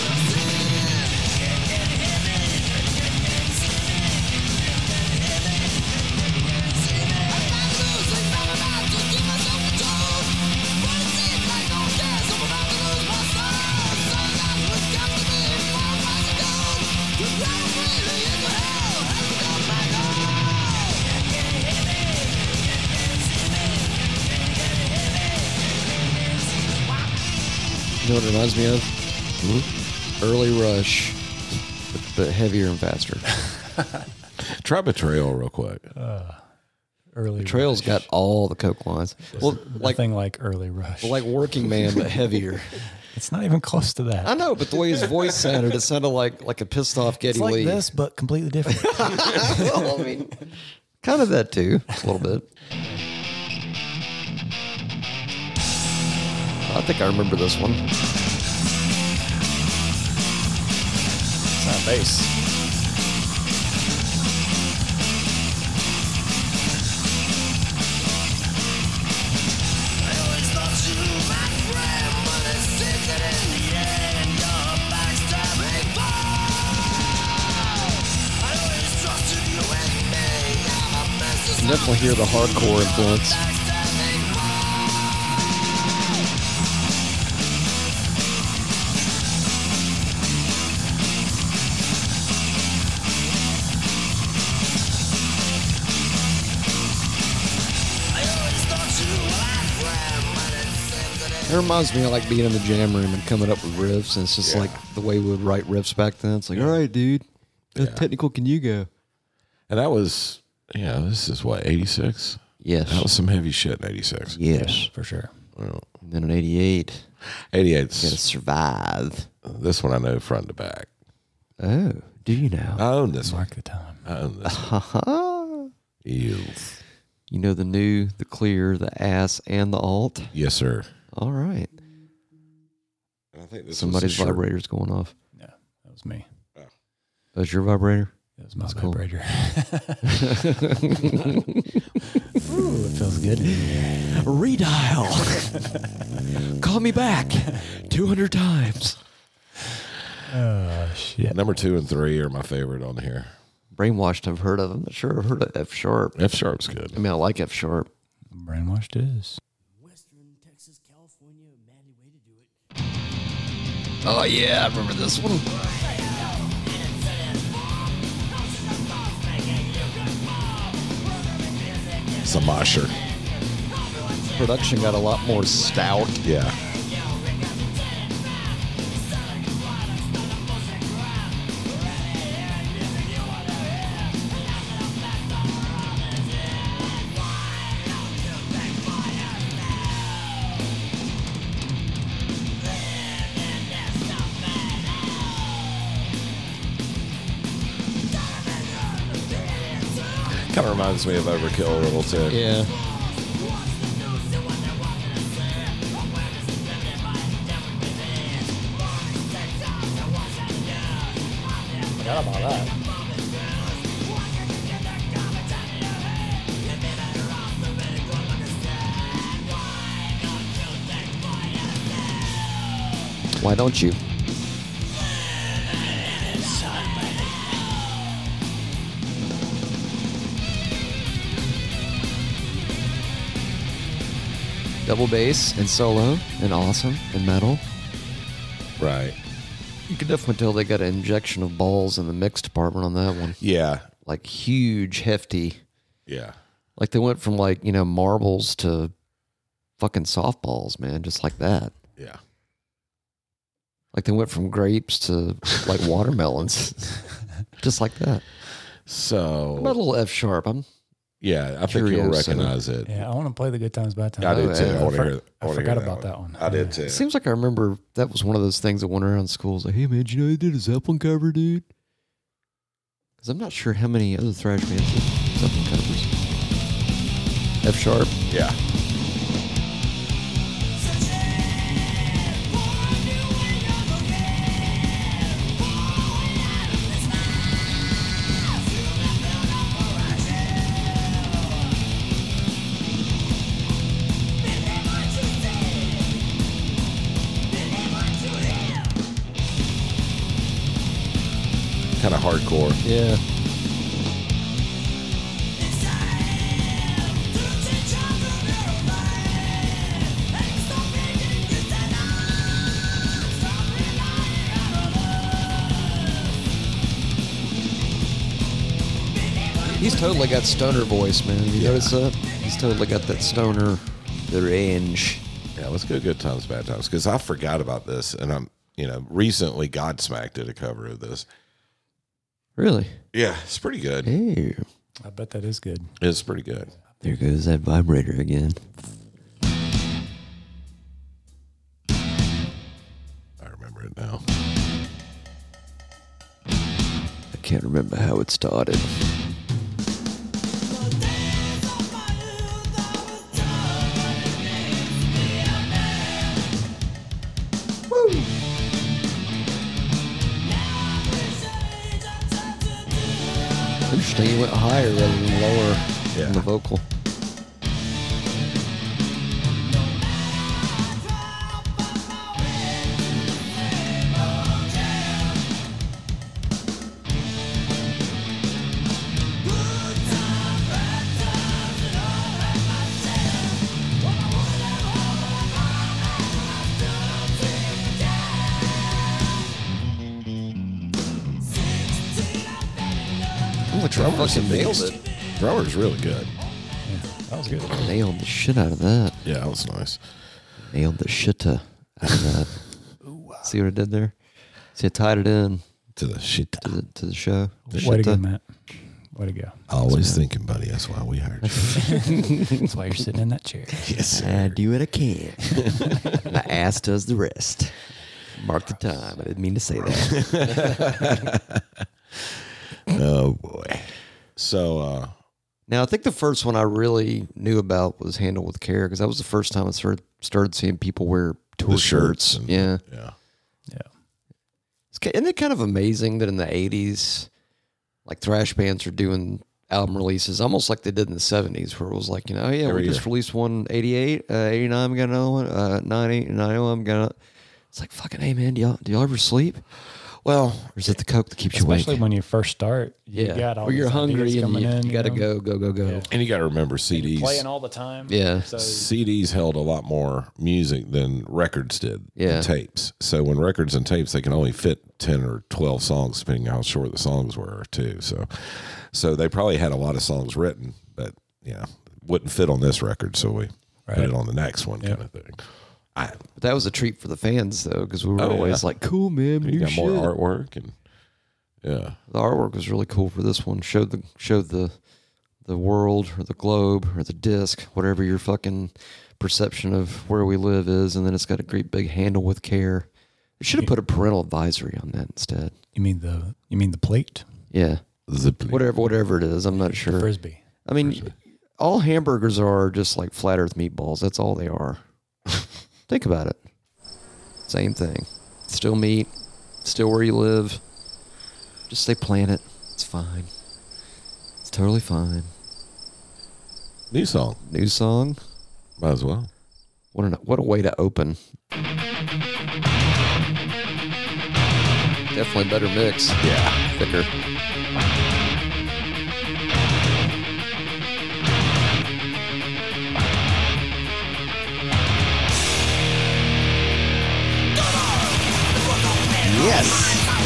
Speaker 1: You know what it reminds me of? Early Rush, but, but heavier and faster.
Speaker 2: Try Betrayal real quick.
Speaker 3: early
Speaker 1: Trail's
Speaker 3: rush.
Speaker 1: got all the coke lines. Well, like
Speaker 3: nothing like early rush.
Speaker 1: like Working Man, but heavier.
Speaker 3: it's not even close to that.
Speaker 1: I know, but the way his voice sounded, it sounded like like a pissed off Getty
Speaker 3: it's like
Speaker 1: Lee.
Speaker 3: this, but completely different.
Speaker 1: well, I mean, kind of that too, a little bit. I think I remember this one.
Speaker 3: it's not bass.
Speaker 1: You can definitely hear the hardcore influence. It reminds me of like being in the jam room and coming up with riffs, and it's just
Speaker 2: Yeah.
Speaker 1: like the way we would write riffs back then. It's like, all right, dude, how technical can you go?
Speaker 2: And that was, yeah, this is what, 86?
Speaker 1: Yes.
Speaker 2: That was some heavy shit in 86.
Speaker 1: yes.
Speaker 3: For sure.
Speaker 1: And then in 88,
Speaker 2: 88.
Speaker 1: gotta survive.
Speaker 2: This one I know front to back.
Speaker 1: Oh, do you now?
Speaker 2: I own this one.
Speaker 3: Mark the time.
Speaker 2: I own this one.
Speaker 1: Uh,
Speaker 2: Eels.
Speaker 1: You know the new, the clear, the ass, and the alt.
Speaker 2: Yes, sir.
Speaker 1: All right.
Speaker 2: I think this
Speaker 1: Somebody's vibrator's going off.
Speaker 3: Yeah, that was me.
Speaker 1: That was your vibrator?
Speaker 3: That was my
Speaker 1: cool.
Speaker 3: vibrator. Ooh, it feels good.
Speaker 1: Redial. Call me back 200 times.
Speaker 3: Oh shit.
Speaker 2: Number two and three are my favorite on here.
Speaker 1: Brainwashed, I've heard of. I'm not sure I've heard of F sharp.
Speaker 2: F sharp's
Speaker 1: I
Speaker 2: good.
Speaker 1: mean, I like F sharp.
Speaker 3: Brainwashed is.
Speaker 5: Western Texas, California, manly way to do it.
Speaker 1: Oh, yeah, I remember this one.
Speaker 2: It's a mosher.
Speaker 1: Production got a lot more stout.
Speaker 2: Yeah. Kind of reminds me of Overkill a little too.
Speaker 1: Yeah.
Speaker 3: Forgot about that.
Speaker 1: Why don't you? Double bass and solo and awesome and metal.
Speaker 2: Right.
Speaker 1: You can definitely tell they got an injection of balls in the mix department on that one.
Speaker 2: Yeah.
Speaker 1: Like huge, hefty.
Speaker 2: Yeah.
Speaker 1: Like they went from like, you know, marbles to fucking softballs, man, just like that.
Speaker 2: Yeah.
Speaker 1: Like they went from grapes to like watermelons. just like that. How about a
Speaker 2: So
Speaker 1: little F sharp? I'm
Speaker 2: yeah, I think you'll
Speaker 1: Curioso.
Speaker 2: recognize it.
Speaker 3: Yeah, I want to play the good times, bad times.
Speaker 2: I did
Speaker 1: Oh,
Speaker 2: too.
Speaker 1: yeah.
Speaker 2: I want to
Speaker 3: I
Speaker 2: hear. I,
Speaker 3: I
Speaker 2: wanna hear
Speaker 3: forgot about that one.
Speaker 2: I did
Speaker 3: Yeah.
Speaker 2: too.
Speaker 1: It seems like I remember that was one of those things that went around schools. Like, hey man, did you know they did a Zeppelin cover, dude? Because I'm not sure how many other thrash bands did Zeppelin covers. F sharp.
Speaker 2: yeah. Kind of hardcore.
Speaker 1: Yeah. He's totally got stoner voice, man. You notice that? He's totally got that stoner the range.
Speaker 2: Yeah, let's go good times, bad times. Because I forgot about this, and I'm you know recently Godsmack did a cover of this.
Speaker 1: Really?
Speaker 2: Yeah, it's pretty good.
Speaker 1: Hey.
Speaker 3: I bet that is good.
Speaker 2: It's pretty good.
Speaker 1: There goes that vibrator again.
Speaker 2: I remember it now.
Speaker 1: I can't remember how it started. Interesting, he went higher rather than lower
Speaker 2: Yeah.
Speaker 1: on the vocal.
Speaker 2: Oh, the drummer's
Speaker 1: fucking nailed
Speaker 2: Drummer's really good.
Speaker 3: That was good.
Speaker 1: Nailed the shit out of that.
Speaker 2: Yeah, that was nice.
Speaker 1: Nailed the shit out of that. See what I did there? See, I tied it in
Speaker 2: To the shit.
Speaker 1: to the, to the show. uh, The
Speaker 3: Way to go,
Speaker 1: shitta.
Speaker 3: Matt. Way to go.
Speaker 2: Always thinking, buddy. That's why we hired you.
Speaker 3: That's why you're sitting in that chair.
Speaker 2: yes.
Speaker 1: I do what I can. My ass does the rest. Mark the time. I didn't mean to say that.
Speaker 2: Oh boy. So uh
Speaker 1: Now, I think the first one I really knew about was Handle with Care because that was the first time I started, started seeing people wear tour
Speaker 2: the
Speaker 1: shirts.
Speaker 2: shirts. and-
Speaker 1: Yeah.
Speaker 2: Yeah.
Speaker 3: Yeah.
Speaker 1: It's, ki- isn't it kind of amazing that in the 80s, like thrash bands are doing album releases almost like they did in the 70s, where it was like, you know, oh, yeah,
Speaker 2: Every
Speaker 1: we just
Speaker 2: year.
Speaker 1: released one 88, uh, 89, we got another one, uh, 90, 91, we got another. It's like, fucking, hey, man, do y'all, do y'all ever sleep? Well, or is it the Coke that keeps
Speaker 3: Especially
Speaker 1: you awake?
Speaker 3: when you first start. You
Speaker 1: yeah.
Speaker 3: got all
Speaker 1: or you're
Speaker 3: these ideas
Speaker 1: hungry and
Speaker 3: coming
Speaker 1: you,
Speaker 3: in,
Speaker 1: you got to
Speaker 3: know?
Speaker 1: go, go, go, go.
Speaker 3: Yeah.
Speaker 2: And you got to remember CDs.
Speaker 3: Playing all the time.
Speaker 1: Yeah.
Speaker 3: So
Speaker 2: CDs held a lot more music than records did.
Speaker 1: Yeah.
Speaker 2: and tapes. So when records and tapes, they can only fit ten or twelve songs, depending on how short the songs were, too. So, so they probably had a lot of songs written, but you know, wouldn't fit on this record, so we put
Speaker 3: Right.
Speaker 2: it on the next one, kind of thing. I
Speaker 1: But that was a treat for the fans, though, because we were
Speaker 2: Oh,
Speaker 1: always
Speaker 2: yeah.
Speaker 1: like, cool, man,
Speaker 2: you
Speaker 1: new
Speaker 2: got
Speaker 1: shit.
Speaker 2: more artwork and yeah,
Speaker 1: the artwork was really cool for this one. Showed the showed the the world or the globe or the disc, whatever your fucking perception of where we live is, and then it's got a great big handle with care. They should have put a parental advisory on that instead.
Speaker 3: you mean the you mean the plate?
Speaker 1: Yeah,
Speaker 2: the
Speaker 1: whatever, whatever it is, I'm not sure.
Speaker 3: Frisbee.
Speaker 1: I mean, all hamburgers are just like flat earth meatballs. That's all they are. Think about it. Same thing. Still meat, still where you live. Just say planet. It's fine. It's totally fine.
Speaker 2: New song.
Speaker 1: New song.
Speaker 2: Might as well.
Speaker 1: What an, what a way to open. Definitely better mix.
Speaker 2: Yeah.
Speaker 1: Thicker.
Speaker 2: Yes.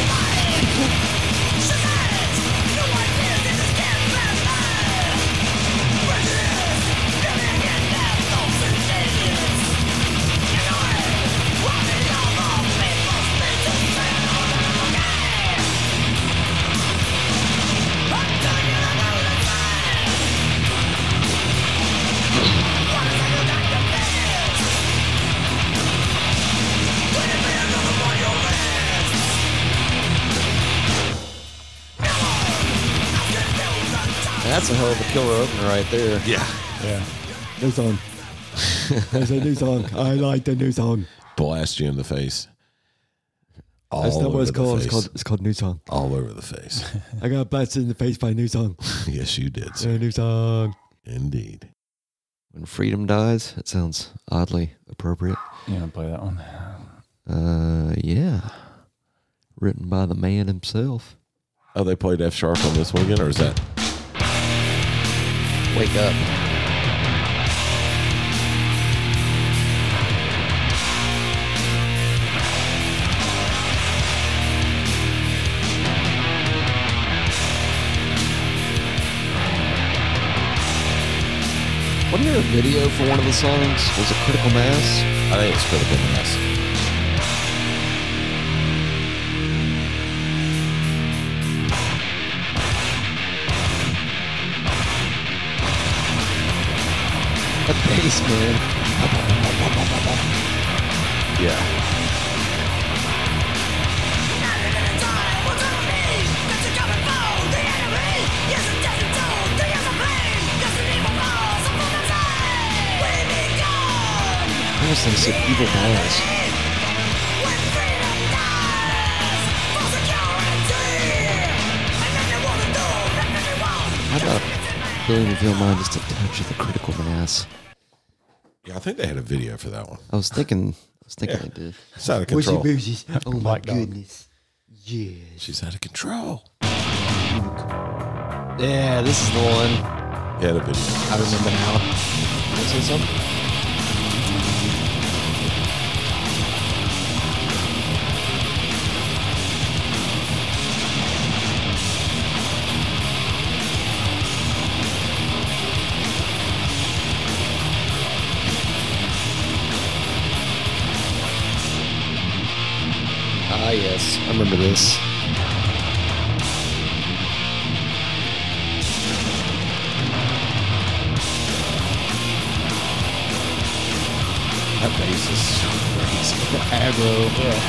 Speaker 1: That's a hell of a killer opener right there.
Speaker 2: Yeah.
Speaker 3: Yeah.
Speaker 6: New song. There's a new song. I like the new song.
Speaker 2: Blast you in the face. All
Speaker 6: That's not
Speaker 2: over
Speaker 6: what it's
Speaker 2: the
Speaker 6: called. It's
Speaker 2: face.
Speaker 6: called it's called new song.
Speaker 2: all over the face.
Speaker 6: I got blasted in the face by a new song.
Speaker 2: yes, you did.
Speaker 6: A
Speaker 2: Sir.
Speaker 6: new song.
Speaker 2: Indeed.
Speaker 1: When freedom dies, it sounds oddly appropriate.
Speaker 3: You want to play that one?
Speaker 1: Uh, yeah. Written by the man himself.
Speaker 2: Oh, they played F sharp on this one again, or is that?
Speaker 1: Wake up. Wasn't there a video for one of the songs? Was it Critical Mass?
Speaker 2: I think it's critical mass.
Speaker 1: A bass, man.
Speaker 2: Yeah.
Speaker 1: I almost think it's an evil bass. How about Billy Reveal Mine just a touch of the critical mass?
Speaker 2: Yeah, I think they had a video for that one.
Speaker 1: I was thinking, I was thinking
Speaker 2: Yeah.
Speaker 1: they did.
Speaker 2: It's out of control.
Speaker 6: boozy.
Speaker 1: Oh my
Speaker 3: Black Dog.
Speaker 6: Goodness. Yes.
Speaker 2: She's out of control.
Speaker 1: Yeah, this is the one.
Speaker 2: He had a video.
Speaker 1: I remember now. Can I say something? Ah, yes. I remember this.
Speaker 2: That bass is crazy.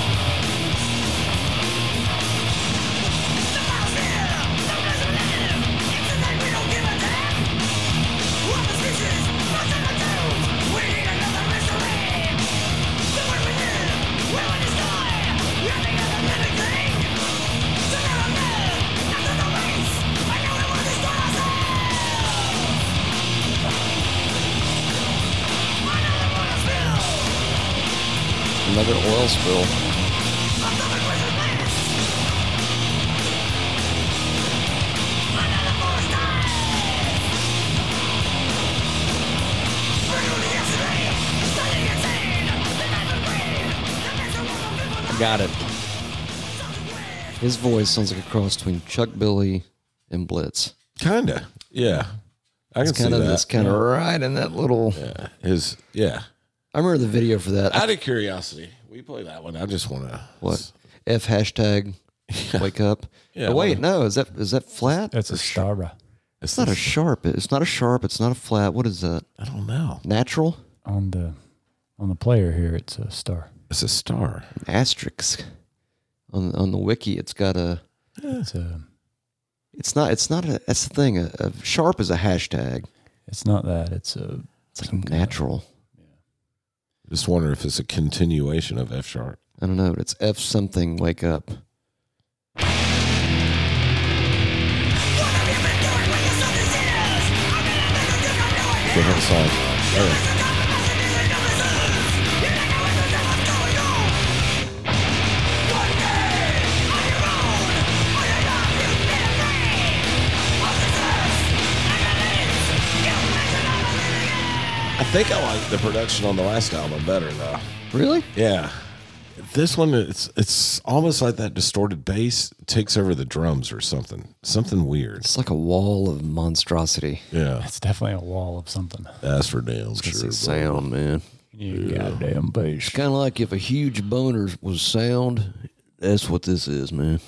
Speaker 1: Another oil spill. I got it. His voice sounds like a cross between Chuck Billy and Blitz.
Speaker 2: Kinda. Yeah. I
Speaker 1: It's
Speaker 2: can see
Speaker 1: kind of
Speaker 2: that.
Speaker 1: this kind of right in that little.
Speaker 2: yeah. His yeah.
Speaker 1: I remember the video for that.
Speaker 2: Out of curiosity, we play that one. I just want to.
Speaker 1: what F hashtag wake up?
Speaker 2: Yeah,
Speaker 1: Oh, wait,
Speaker 2: whatever.
Speaker 1: no, is that is that flat?
Speaker 3: That's a Stara
Speaker 1: It's not a sharp. It's not a sharp. It's not a flat. What is that?
Speaker 2: I don't know.
Speaker 1: Natural?
Speaker 3: on the on the player here. It's a star.
Speaker 2: It's a star.
Speaker 3: uh,
Speaker 1: An asterisk. On on the wiki, it's got a
Speaker 3: It's a
Speaker 1: It's not. It's not a. That's the thing. A, a sharp is a hashtag.
Speaker 3: It's not that. It's uh, a.
Speaker 1: It's like natural.
Speaker 2: Just wonder if it's a continuation of F sharp.
Speaker 1: I don't know, but it's F something. Wake up.
Speaker 2: They have a song. Oh, I think I like the production on the last album better though.
Speaker 1: Really?
Speaker 2: Yeah. This one it's it's almost like that distorted bass takes over the drums or something. Something weird.
Speaker 1: It's like a wall of monstrosity.
Speaker 2: Yeah.
Speaker 3: It's definitely a wall of something.
Speaker 2: That's for damn
Speaker 1: It's
Speaker 2: sure.
Speaker 1: a sound, man.
Speaker 3: You goddamn bass.
Speaker 1: Kind of like if a huge boner was sound. That's what this is, man.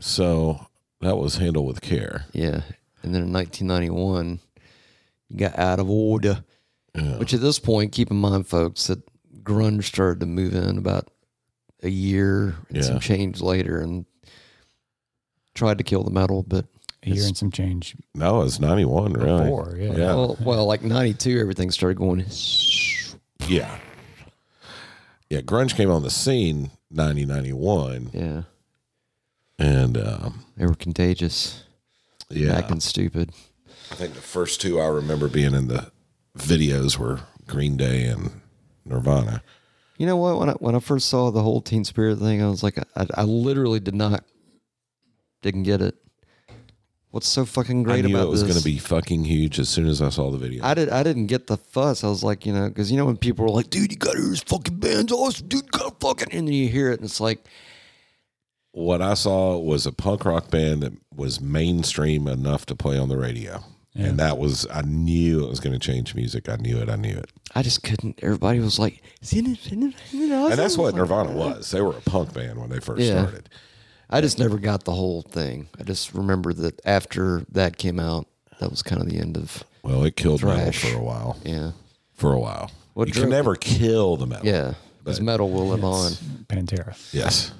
Speaker 2: So that was handled with care.
Speaker 1: Yeah. And then in 1991, you got out of order, which at this point, keep in mind, folks, that grunge started to move in about a year and
Speaker 2: Yeah.
Speaker 1: some change later and tried to kill the metal, but
Speaker 3: A year and some change
Speaker 2: No, it's ninety one, really.
Speaker 3: before. Yeah.
Speaker 2: Yeah.
Speaker 1: well, well, like 92, everything started going.
Speaker 2: Yeah. Yeah, grunge came on the scene 90, 91.
Speaker 1: Yeah.
Speaker 2: And um,
Speaker 1: They were contagious,
Speaker 2: yeah,
Speaker 1: acting stupid.
Speaker 2: I think the first two I remember being in the videos were Green Day and Nirvana.
Speaker 1: You know what? When I when I first saw the whole Teen Spirit thing, I was like, I, I literally did not, didn't get it. What's so fucking great
Speaker 2: I knew
Speaker 1: about
Speaker 2: it was
Speaker 1: this?
Speaker 2: going to be fucking huge as soon as I saw the video.
Speaker 1: I did. I didn't get the fuss. I was like, you know, because you know when people were like, dude, you got to hear this fucking band's awesome, dude, you got to fucking, and then you hear it, and it's like,
Speaker 2: what I saw was a punk rock band that was mainstream enough to play on the radio. And that was, I knew it was going to change music. I knew it. I knew it.
Speaker 1: I just couldn't. Everybody was like, isn't it, isn't it, isn't it awesome?
Speaker 2: And that's
Speaker 1: I was
Speaker 2: what
Speaker 1: like,
Speaker 2: Nirvana was. They were a punk band when they first
Speaker 1: Yeah.
Speaker 2: started.
Speaker 1: I just never got the whole thing. I just remember that after that came out, that was kind of the end of
Speaker 2: Well, it killed metal
Speaker 1: Thrash.
Speaker 2: for a while.
Speaker 1: yeah,
Speaker 2: For a while.
Speaker 1: What
Speaker 2: you
Speaker 1: drove-
Speaker 2: can never kill the metal.
Speaker 1: yeah. Because metal will live on.
Speaker 3: Pantera.
Speaker 2: Yes.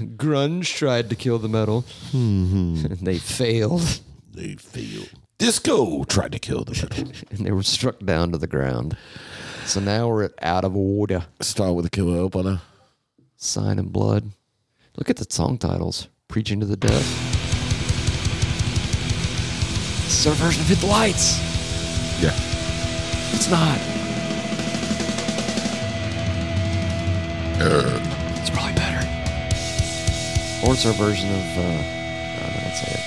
Speaker 1: Grunge tried to kill the metal. and they failed.
Speaker 2: They feel. Disco tried to kill the metal.
Speaker 1: And they were struck down to the ground. So now we're at out of order.
Speaker 2: Start with a killer opener.
Speaker 1: Sign and blood. Look at the song titles. Preaching to the death. This is our version of Hit the Lights.
Speaker 2: Yeah.
Speaker 1: It's not. It's probably better. Or it's our version of uh I don't know, let's say it.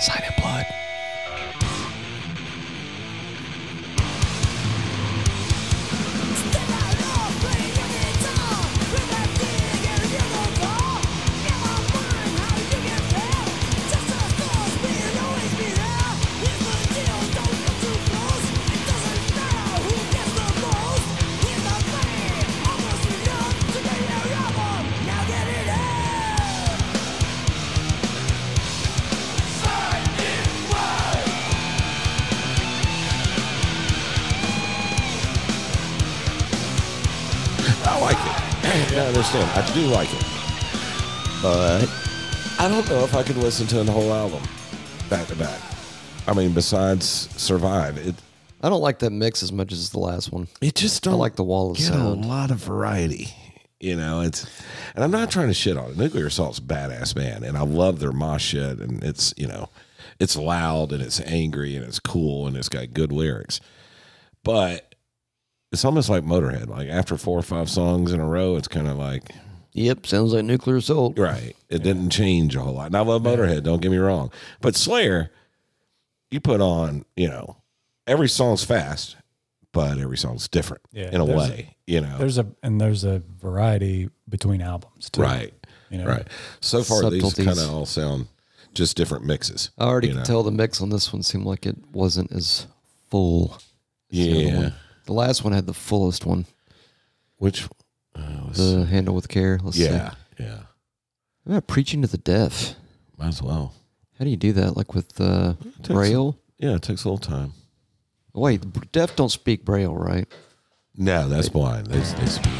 Speaker 1: Sign and blood.
Speaker 2: I like it. I understand. I do like it. But I don't know if I could listen to the whole album back to back. I mean, besides Survive, it
Speaker 1: I don't like that mix as much as the last one.
Speaker 2: it just don't
Speaker 1: like the wall of
Speaker 2: get
Speaker 1: sound.
Speaker 2: a lot of variety. You know, it's and I'm not trying to shit on it. Nuclear Assault's a badass man, and I love their mosh shit, and it's you know, it's loud and it's angry and it's cool and it's got good lyrics, but it's almost like Motorhead. Like after four or five songs in a row, it's kind of like
Speaker 1: Yep, sounds like nuclear assault.
Speaker 2: Right. It didn't change a whole lot. And I love Motorhead, don't get me wrong. But Slayer, you put on, you know, every song's fast, but every song's different
Speaker 3: Yeah,
Speaker 2: in a
Speaker 3: there's-
Speaker 2: way, you know.
Speaker 3: There's a and there's a variety between albums too.
Speaker 2: right.
Speaker 3: You know,
Speaker 2: Right. So far, these
Speaker 1: Subtleties.
Speaker 2: kind of all sound just different mixes.
Speaker 1: I already
Speaker 2: you
Speaker 1: can
Speaker 2: know.
Speaker 1: tell the mix on this one seemed like it wasn't as full. as the other
Speaker 2: Yeah.
Speaker 1: one. The last one had the fullest one.
Speaker 2: Which, uh, let's-
Speaker 1: The handle with care. Let's see.
Speaker 2: yeah, yeah.
Speaker 1: What about preaching to the deaf?
Speaker 2: Might as well.
Speaker 1: How do you do that? Like with uh,
Speaker 2: takes-
Speaker 1: braille?
Speaker 2: Yeah, it takes a little time.
Speaker 1: Wait, deaf don't speak braille, right?
Speaker 2: No, that's blind. They, they speak.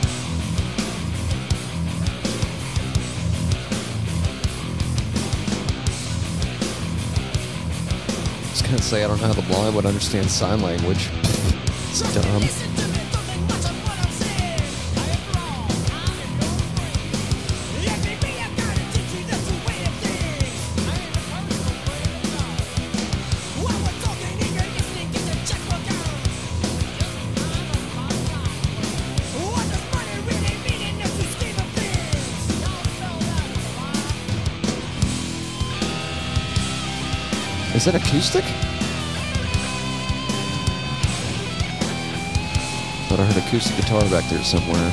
Speaker 1: was gonna say I don't know how the blind would understand sign language. Dumb. Is that acoustic? Thought I heard acoustic guitar back there somewhere.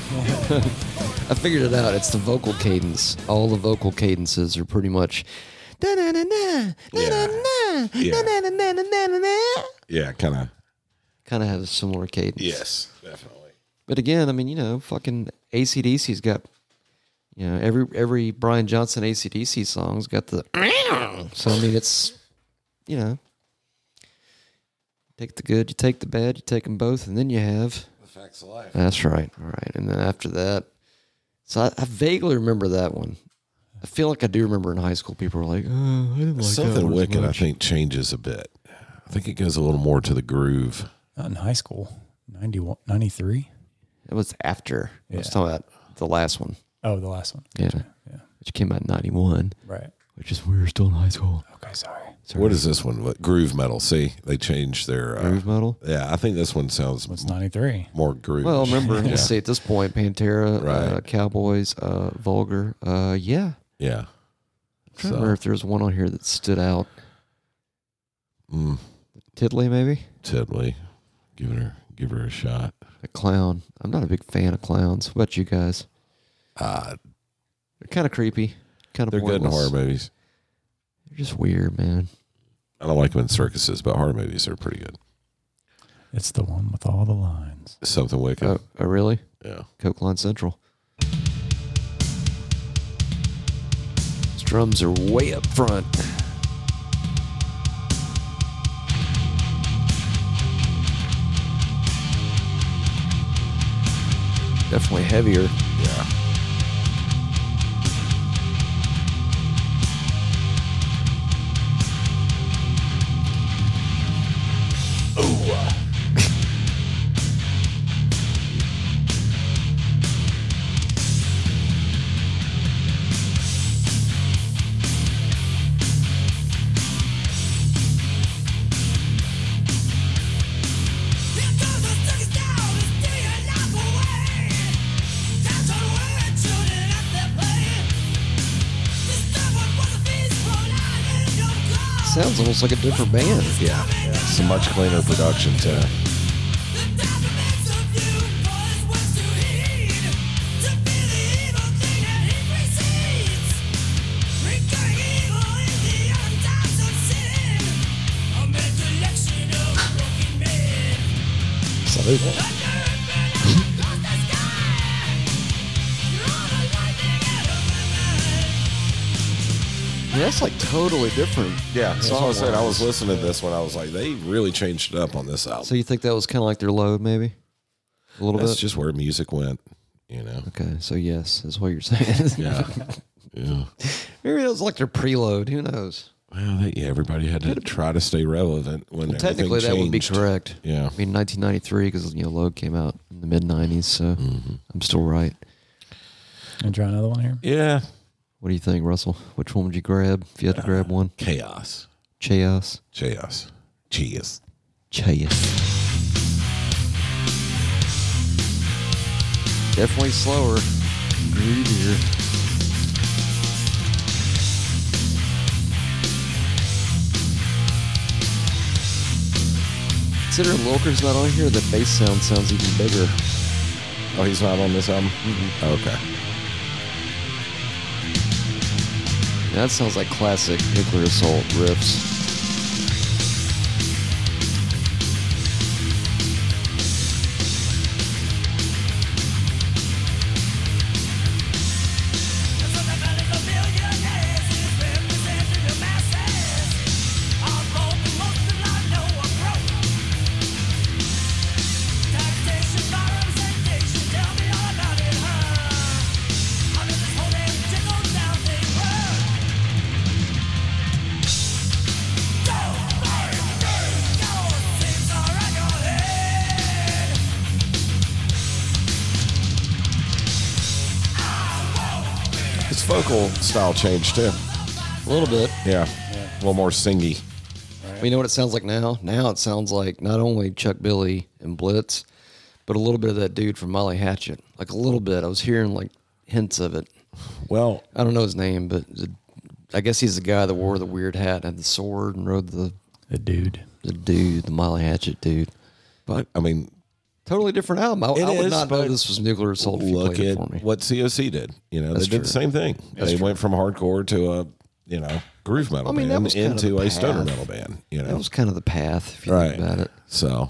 Speaker 1: I figured it out. It's the vocal cadence. All the vocal cadences are pretty much. Da-na-na-na, da-na-na-na,
Speaker 2: Yeah.
Speaker 1: da-na-na-na-na-na-na.
Speaker 2: Yeah, kind of.
Speaker 1: Kind of have a similar cadence.
Speaker 2: definitely.
Speaker 1: But again, I mean, you know, fucking ACDC's got, you know, every every Brian Johnson ACDC song's got the. So, I mean, it's, you know, take the good, you take the bad, you take them both, and then you have.
Speaker 2: The facts of life.
Speaker 1: That's right. All right. And then after that, so I, I vaguely remember that one. I feel like I do remember in high school people were like, oh, I didn't like that
Speaker 2: Something
Speaker 1: one as
Speaker 2: wicked, I
Speaker 1: much."
Speaker 2: think, changes a bit. I think it goes a little more to the groove.
Speaker 3: Not in high school. 91, 93?
Speaker 1: It was after. I was
Speaker 3: Yeah.
Speaker 1: talking about the last one.
Speaker 3: Oh, the last one.
Speaker 1: Yeah.
Speaker 3: Yeah.
Speaker 1: Which came out in 91,
Speaker 3: Right.
Speaker 1: which is we were still in high school.
Speaker 3: Okay, sorry.
Speaker 2: What is this one? What- Groove metal. See, they changed their. Uh,
Speaker 1: Groove metal?
Speaker 2: Yeah, I think this one sounds
Speaker 3: What's 93?
Speaker 2: more groove.
Speaker 1: Well, remember, let's see, at this point, Pantera, uh,
Speaker 2: Right.
Speaker 1: Cowboys, uh, Vulgar. Uh, yeah.
Speaker 2: Yeah.
Speaker 1: I don't remember if there's one on here that stood out.
Speaker 2: Mm,
Speaker 1: Tiddly, maybe?
Speaker 2: Tiddly, give her, give her a shot.
Speaker 1: A clown. I'm not a big fan of clowns. What about you guys?
Speaker 2: Uh,
Speaker 1: They're kind of creepy. Kind of
Speaker 2: they're good in
Speaker 1: pointless.
Speaker 2: horror movies.
Speaker 1: They're just weird, man.
Speaker 2: I don't like them in circuses, but horror movies are pretty good.
Speaker 3: It's the one with all the lines.
Speaker 2: Something wicked.
Speaker 1: Oh, oh really?
Speaker 2: Yeah.
Speaker 1: Coke Line Central. His drums are way up front. Definitely heavier.
Speaker 2: Yeah.
Speaker 1: Sounds almost like a different band.
Speaker 2: Yeah. It's a much cleaner production to
Speaker 1: Yeah, that's like totally different.
Speaker 2: Yeah, so I was saying I was listening to this one. I was like, they really changed it up on this album.
Speaker 1: So you think that was kind of like their load, maybe? A little
Speaker 2: That's
Speaker 1: bit?
Speaker 2: just where music went, you know.
Speaker 1: okay, so yes, is what you're saying.
Speaker 2: Yeah, yeah.
Speaker 1: Maybe that was like their preload. Who knows?
Speaker 2: Well, they, yeah, everybody had to try to stay relevant when everything
Speaker 1: Technically, that would be
Speaker 2: changed.
Speaker 1: correct.
Speaker 2: Yeah,
Speaker 1: I mean, 1993, because you know, Load came out in the mid 90s, so I'm still right.
Speaker 3: And try another one here.
Speaker 2: yeah.
Speaker 1: What do you think, Russell? Which one would you grab if you had to grab one?
Speaker 2: Chaos,
Speaker 1: Chaos.
Speaker 2: chaos, cheers.
Speaker 1: Chaos. Definitely slower, groovier. Considering Lilker's not on here, the bass sound sounds even bigger.
Speaker 2: Oh, he's not on this album. Okay,
Speaker 1: That sounds like classic nuclear assault riffs.
Speaker 7: Sometimes a millionaire is represented.
Speaker 2: vocal style changed too.
Speaker 1: A little bit.
Speaker 2: Yeah. A little more singy.
Speaker 1: We know what it sounds like now. Now it sounds like not only Chuck Billy and Blitz, but a little bit of that dude from Molly Hatchet. Like a little bit. I was hearing like hints of it.
Speaker 2: Well,
Speaker 1: I don't know his name, but the, I guess he's the guy that wore the weird hat and the sword and rode the
Speaker 3: A dude.
Speaker 1: the dude, the Molly Hatchet dude.
Speaker 2: but I mean,
Speaker 1: Totally different album. I, I
Speaker 2: It
Speaker 1: would
Speaker 2: is,
Speaker 1: not know
Speaker 2: but
Speaker 1: this was Nuclear Assault if you
Speaker 2: look
Speaker 1: played
Speaker 2: at
Speaker 1: it for me.
Speaker 2: what COC did. You know,
Speaker 1: That's
Speaker 2: they did
Speaker 1: true.
Speaker 2: the same thing. they went from hardcore to a you know groove metal
Speaker 1: I mean, that
Speaker 2: band
Speaker 1: was kind of
Speaker 2: into
Speaker 1: the
Speaker 2: a stoner
Speaker 1: path.
Speaker 2: metal band. You
Speaker 1: That
Speaker 2: know,
Speaker 1: was kind of the path, if you
Speaker 2: right?
Speaker 1: think about it.
Speaker 2: So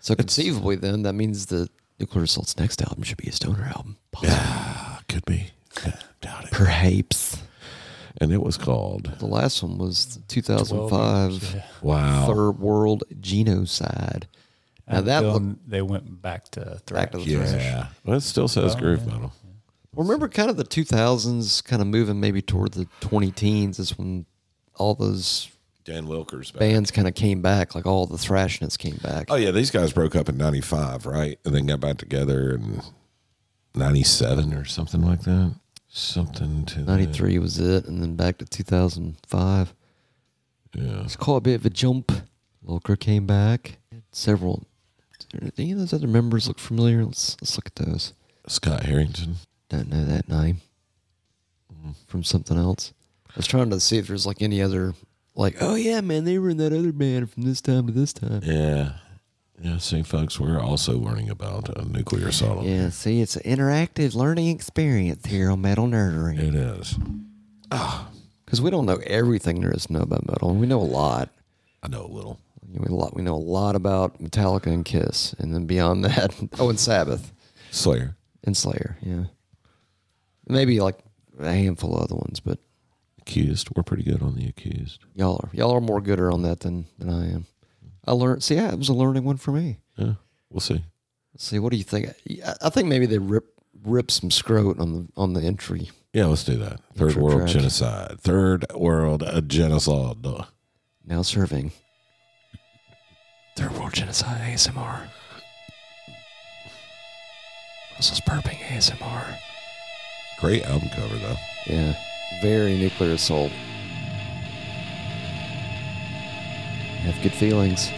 Speaker 1: So conceivably, then that means the Nuclear Assault's next album should be a stoner album,
Speaker 2: could be. Doubt it.
Speaker 1: perhaps.
Speaker 2: And it was called
Speaker 1: The last one was the
Speaker 3: 12
Speaker 1: 2005
Speaker 3: years, yeah.
Speaker 2: Wow.
Speaker 1: Third World Genocide. Now
Speaker 3: And
Speaker 1: that
Speaker 3: then
Speaker 1: looked
Speaker 3: they went back to thrash.
Speaker 1: back to the thrash.
Speaker 2: Yeah. Well, it still says groove metal.
Speaker 1: Remember, kind of the 2000s, kind of moving maybe toward the 20 teens is when all those
Speaker 2: Dan Wilker's band.
Speaker 1: bands kind of came back, like all the thrashness came back.
Speaker 2: Oh yeah, these guys broke up in '95, right? And then got back together in '97 or something like that. Something to that.
Speaker 1: 93 was it, and then back to 2005.
Speaker 2: Yeah.
Speaker 1: It's quite a bit of a jump. Loker came back. Several. Do any of those other members look familiar? Let's, let's look at those.
Speaker 2: Scott Harrington.
Speaker 1: Don't know that name from something else. I was trying to see if there's like any other, like, oh yeah, man, they were in that other band from this time to this time.
Speaker 2: Yeah. Yeah, see, folks, we're also learning about a nuclear assault.
Speaker 1: Yeah, see, it's an interactive learning experience here on Metal Nerdery.
Speaker 2: It is.
Speaker 1: Because we don't know everything there is to know about metal. We know a lot.
Speaker 2: I know a little.
Speaker 1: You know, We, lot, we know a lot about Metallica and Kiss, and then beyond that, oh, and Sabbath
Speaker 2: Slayer.
Speaker 1: and Slayer, yeah. Maybe like a handful of other ones, but
Speaker 2: Accused. We're pretty good on the accused.
Speaker 1: y'all are y'all are more gooder on that than than I am. I learned. See, yeah, it was a learning one for me.
Speaker 2: Yeah. We'll see.
Speaker 1: Let's see, what do you think? I, I think maybe they rip rip some scrote on the on the entry.
Speaker 2: Yeah, let's do that. Third
Speaker 1: Intro
Speaker 2: world
Speaker 1: track.
Speaker 2: genocide. Third world uh, genocide. Duh.
Speaker 1: Now serving. Third World Genocide ASMR. Russell's burping ASMR.
Speaker 2: Great album cover, though.
Speaker 1: Yeah, very nuclear assault. Have good feelings.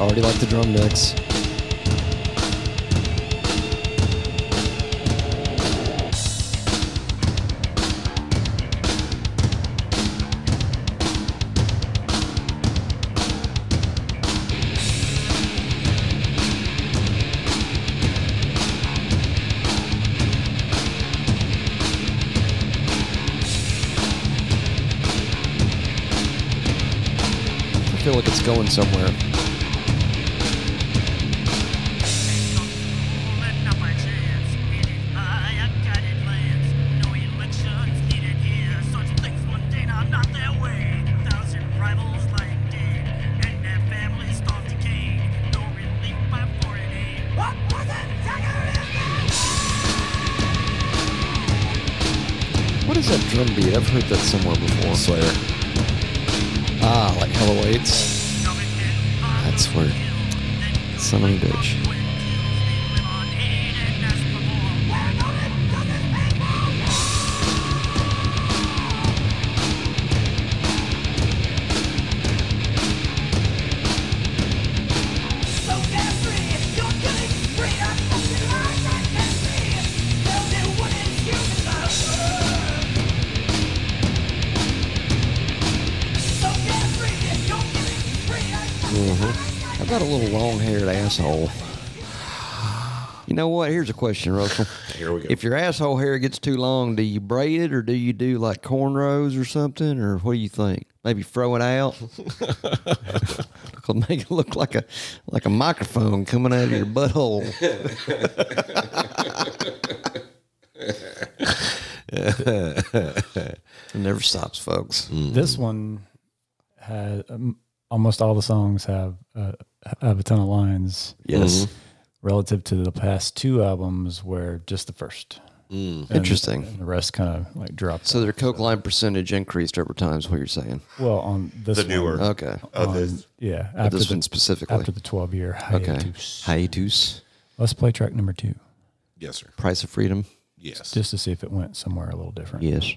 Speaker 1: Already like the drum mix. I feel like it's going somewhere. What is that drum beat? I've heard that somewhere before.
Speaker 2: Slayer.
Speaker 1: Ah, like Hello Eights. That's where son of a bitch. Mm-hmm. I've got a little long-haired asshole. You know what? Here's a question, Russell.
Speaker 2: Here we go.
Speaker 1: If your asshole hair gets too long, do you braid it or do you do like cornrows or something? Or what do you think? Maybe throw it out? Make it look like a like a microphone coming out of your butthole. it never stops, folks.
Speaker 2: Mm-hmm.
Speaker 3: This one had um, almost all the songs have uh, have a ton of lines
Speaker 1: Yes.
Speaker 3: relative to the past two albums, where just the first. And-
Speaker 1: Mm. Interesting.
Speaker 3: and the rest kind of like dropped.
Speaker 1: So their coke line percentage increased over time is what you're saying.
Speaker 3: well, on this one,
Speaker 1: Okay.
Speaker 3: on- yeah,
Speaker 1: But
Speaker 3: after
Speaker 1: this
Speaker 3: the,
Speaker 1: one specifically.
Speaker 3: after the twelve year
Speaker 1: okay.
Speaker 3: hiatus.
Speaker 1: Hiatus.
Speaker 3: Let's play track number two.
Speaker 2: Yes, sir.
Speaker 1: Price of Freedom.
Speaker 2: Yes.
Speaker 3: just to see if it went somewhere a little different.
Speaker 1: Yes.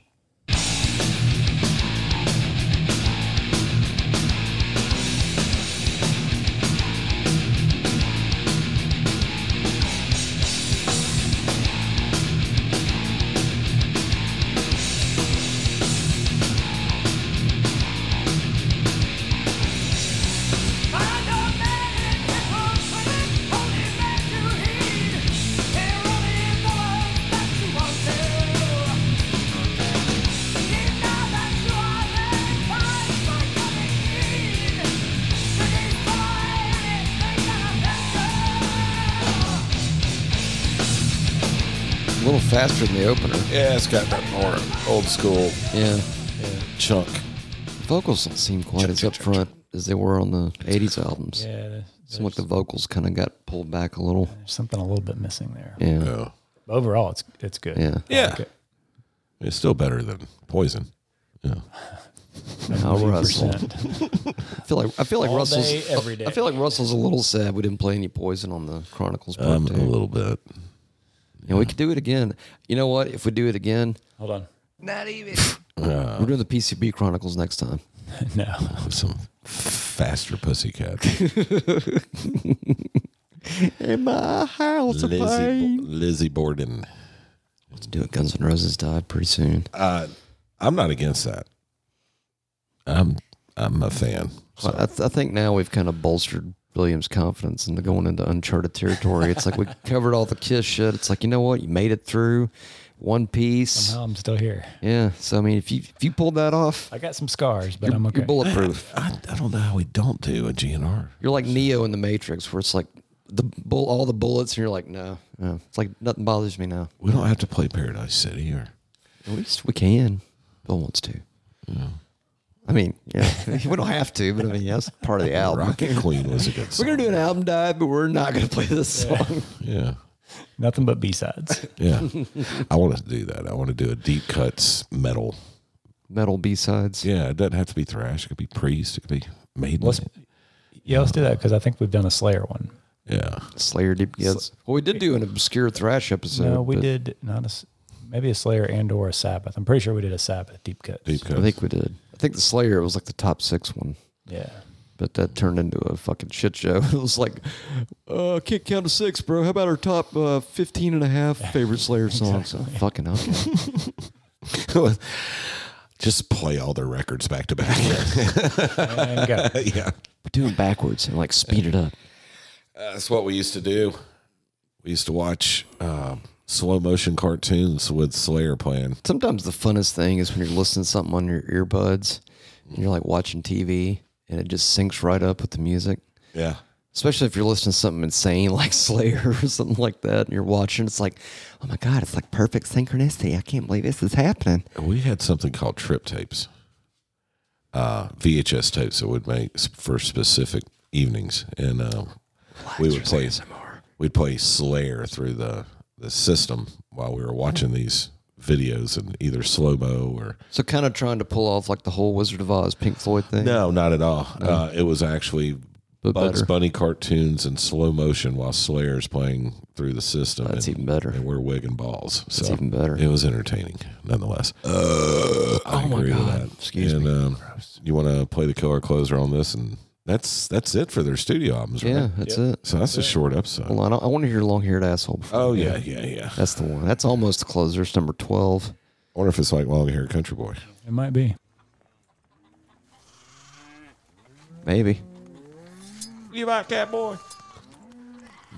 Speaker 1: A little faster than the opener.
Speaker 2: Yeah, it's got that more old school
Speaker 1: Yeah.
Speaker 2: chunk.
Speaker 1: Vocals don't seem quite as upfront as they were on the 80s albums.
Speaker 3: Yeah, there's,
Speaker 1: Seemed like the vocals kind of got pulled back a little.
Speaker 3: there's something a little bit missing there.
Speaker 1: Yeah.
Speaker 2: No.
Speaker 3: But overall, it's it's good.
Speaker 1: Yeah.
Speaker 2: Yeah.
Speaker 3: Okay.
Speaker 2: It's still better than poison. Yeah.
Speaker 1: Now Russell.
Speaker 3: 100%.
Speaker 1: I feel like I feel like
Speaker 3: All
Speaker 1: Russell's
Speaker 3: day, every day.
Speaker 1: I feel like Russell's a little sad we didn't play any Poison on the Chronicles part
Speaker 2: Um,
Speaker 1: two.
Speaker 2: a little bit.
Speaker 1: And we could do it again. You know what? If we do it again,
Speaker 3: Hold on.
Speaker 1: we're doing the PCB Chronicles next time.
Speaker 3: No.
Speaker 2: Uh, Some faster pussycat.
Speaker 1: In my house
Speaker 2: Lizzie, Bo- Lizzie Borden.
Speaker 1: Let's do it. Guns N' Roses died pretty soon.
Speaker 2: Uh, I'm not against that. I'm I'm a fan. So,
Speaker 1: Well, I, th- I think now we've kind of bolstered Williams' confidence into going into uncharted territory. It's like we covered all the Kiss shit. It's like you know what? You made it through one piece.
Speaker 3: Now I'm still here.
Speaker 1: Yeah. So I mean, if you if you pulled that off,
Speaker 3: I got some scars, but
Speaker 1: you're,
Speaker 3: I'm okay.
Speaker 1: you're bulletproof.
Speaker 2: I, I don't know how we don't do a GNR.
Speaker 1: You're like Neo in the Matrix, where it's like the bull, all the bullets, and you're like, no, no. It's like nothing bothers me now.
Speaker 2: We don't have to play Paradise City or
Speaker 1: At least we can. Bill wants to. I mean, yeah, we don't have to, but I mean, yeah, that's part of the album.
Speaker 2: Rocket Queen was a good
Speaker 1: We're
Speaker 2: song.
Speaker 1: gonna do an album dive, but we're not gonna play this song.
Speaker 2: Yeah.
Speaker 3: Nothing but B sides.
Speaker 2: Yeah. I want to do that. I want to do a deep cuts metal.
Speaker 1: Metal B sides.
Speaker 2: Yeah, it doesn't have to be thrash. It could be priest. It could be maiden.
Speaker 3: Let's- Yeah, let's do that because I think we've done a Slayer one.
Speaker 2: yeah.
Speaker 1: Slayer deep cuts. Well, we did do an obscure thrash episode.
Speaker 3: no, we
Speaker 1: but
Speaker 3: did not a s- maybe a Slayer and or a Sabbath. I'm pretty sure we did a Sabbath deep cut.
Speaker 2: Deep cuts.
Speaker 1: I think we did. I think the Slayer was like the top six one,
Speaker 3: Yeah.
Speaker 1: but that turned into a fucking shit show. It was like, uh, can't count to six, bro. How about our top uh, 15 and a half favorite Slayer songs? Oh, fucking okay.
Speaker 2: Just play all their records back to back.
Speaker 3: And go.
Speaker 2: Yeah.
Speaker 1: Do it backwards and like speed it up.
Speaker 2: That's what we used to do. We used to watch um, slow motion cartoons with Slayer playing.
Speaker 1: sometimes the funnest thing is when you're listening to something on your earbuds and you're like watching TV and it just syncs right up with the music.
Speaker 2: Yeah.
Speaker 1: Especially if you're listening to something insane like Slayer or something like that and you're watching, it's like, oh my God, it's like perfect synchronicity. I can't believe this is happening.
Speaker 2: We had something called trip tapes, uh, VHS tapes that would make s- for specific evenings, and um, we would play we'd play Slayer through the the system while we were watching these videos in either slow mo or
Speaker 1: So, kind of trying to pull off like the whole Wizard of Oz Pink Floyd thing.
Speaker 2: no, not at all. Uh, it was actually
Speaker 1: But
Speaker 2: Bugs
Speaker 1: better.
Speaker 2: Bunny cartoons in slow motion while Slayer's playing through the system.
Speaker 1: That's
Speaker 2: and,
Speaker 1: even better.
Speaker 2: And we're wigging balls. So
Speaker 1: That's even better.
Speaker 2: It was entertaining, nonetheless. Uh, I
Speaker 1: my
Speaker 2: agree with
Speaker 1: God.
Speaker 2: that.
Speaker 1: Excuse
Speaker 2: and, Um, you want to play the killer closer on this, and that's that's it for their studio albums, right?
Speaker 1: Yeah, that's it.
Speaker 2: So that's a short episode.
Speaker 1: Hold on. I, I want to hear Long Haired Asshole. Before.
Speaker 2: Oh yeah, yeah, yeah. I
Speaker 1: That's the one. That's almost the closer. It's number 12.
Speaker 2: wonder if it's like long hair country boy.
Speaker 3: It might be.
Speaker 1: Maybe.
Speaker 2: You like that boy?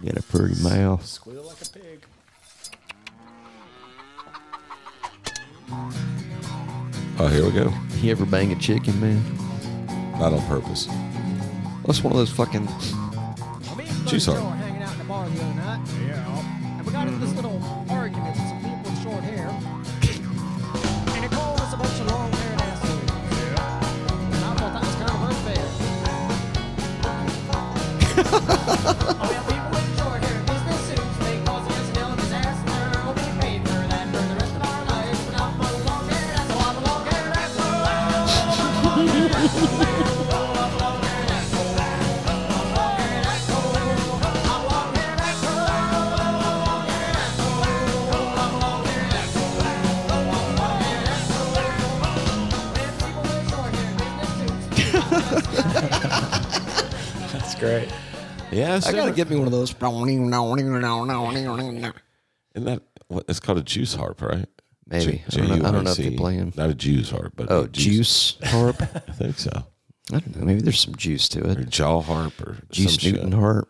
Speaker 1: You got a pretty mouth.
Speaker 3: Squeal like a pig.
Speaker 2: Oh, here we go.
Speaker 1: You ever bang a chicken, man?
Speaker 2: Not on purpose.
Speaker 1: That's one of those fucking.
Speaker 2: She's
Speaker 7: Joe
Speaker 2: hard.
Speaker 7: were hanging out in the bar the other night. Yeah. And we got into this little argument with some people with short hair. and it called us a bunch of long haired assholes. Yeah. And I thought that was kind of unfair. I mean, people with short hair in business suits, they cause an incidental disaster. We'll be paid for that for the rest of our lives. But I'm a long haired asshole. I'm a long haired asshole. I'm a long haired asshole. I'm a long haired asshole. I'm a long haired asshole.
Speaker 3: great.
Speaker 2: Yeah,
Speaker 1: I gotta
Speaker 2: so-
Speaker 1: get me one of those. Maybe
Speaker 2: Isn't that what it's called a juice harp, right? Ju-
Speaker 1: I don't know, I don't know if
Speaker 2: J-U-I-C.
Speaker 1: they're playing.
Speaker 2: Not a juice harp, but
Speaker 1: Oh,
Speaker 2: a
Speaker 1: juice harp. I
Speaker 2: I think so.
Speaker 1: don't know. Maybe there's some juice to
Speaker 2: Or
Speaker 1: it.
Speaker 2: jaw harp or juice
Speaker 1: Juice
Speaker 2: some
Speaker 1: Newton
Speaker 2: shit.
Speaker 1: harp.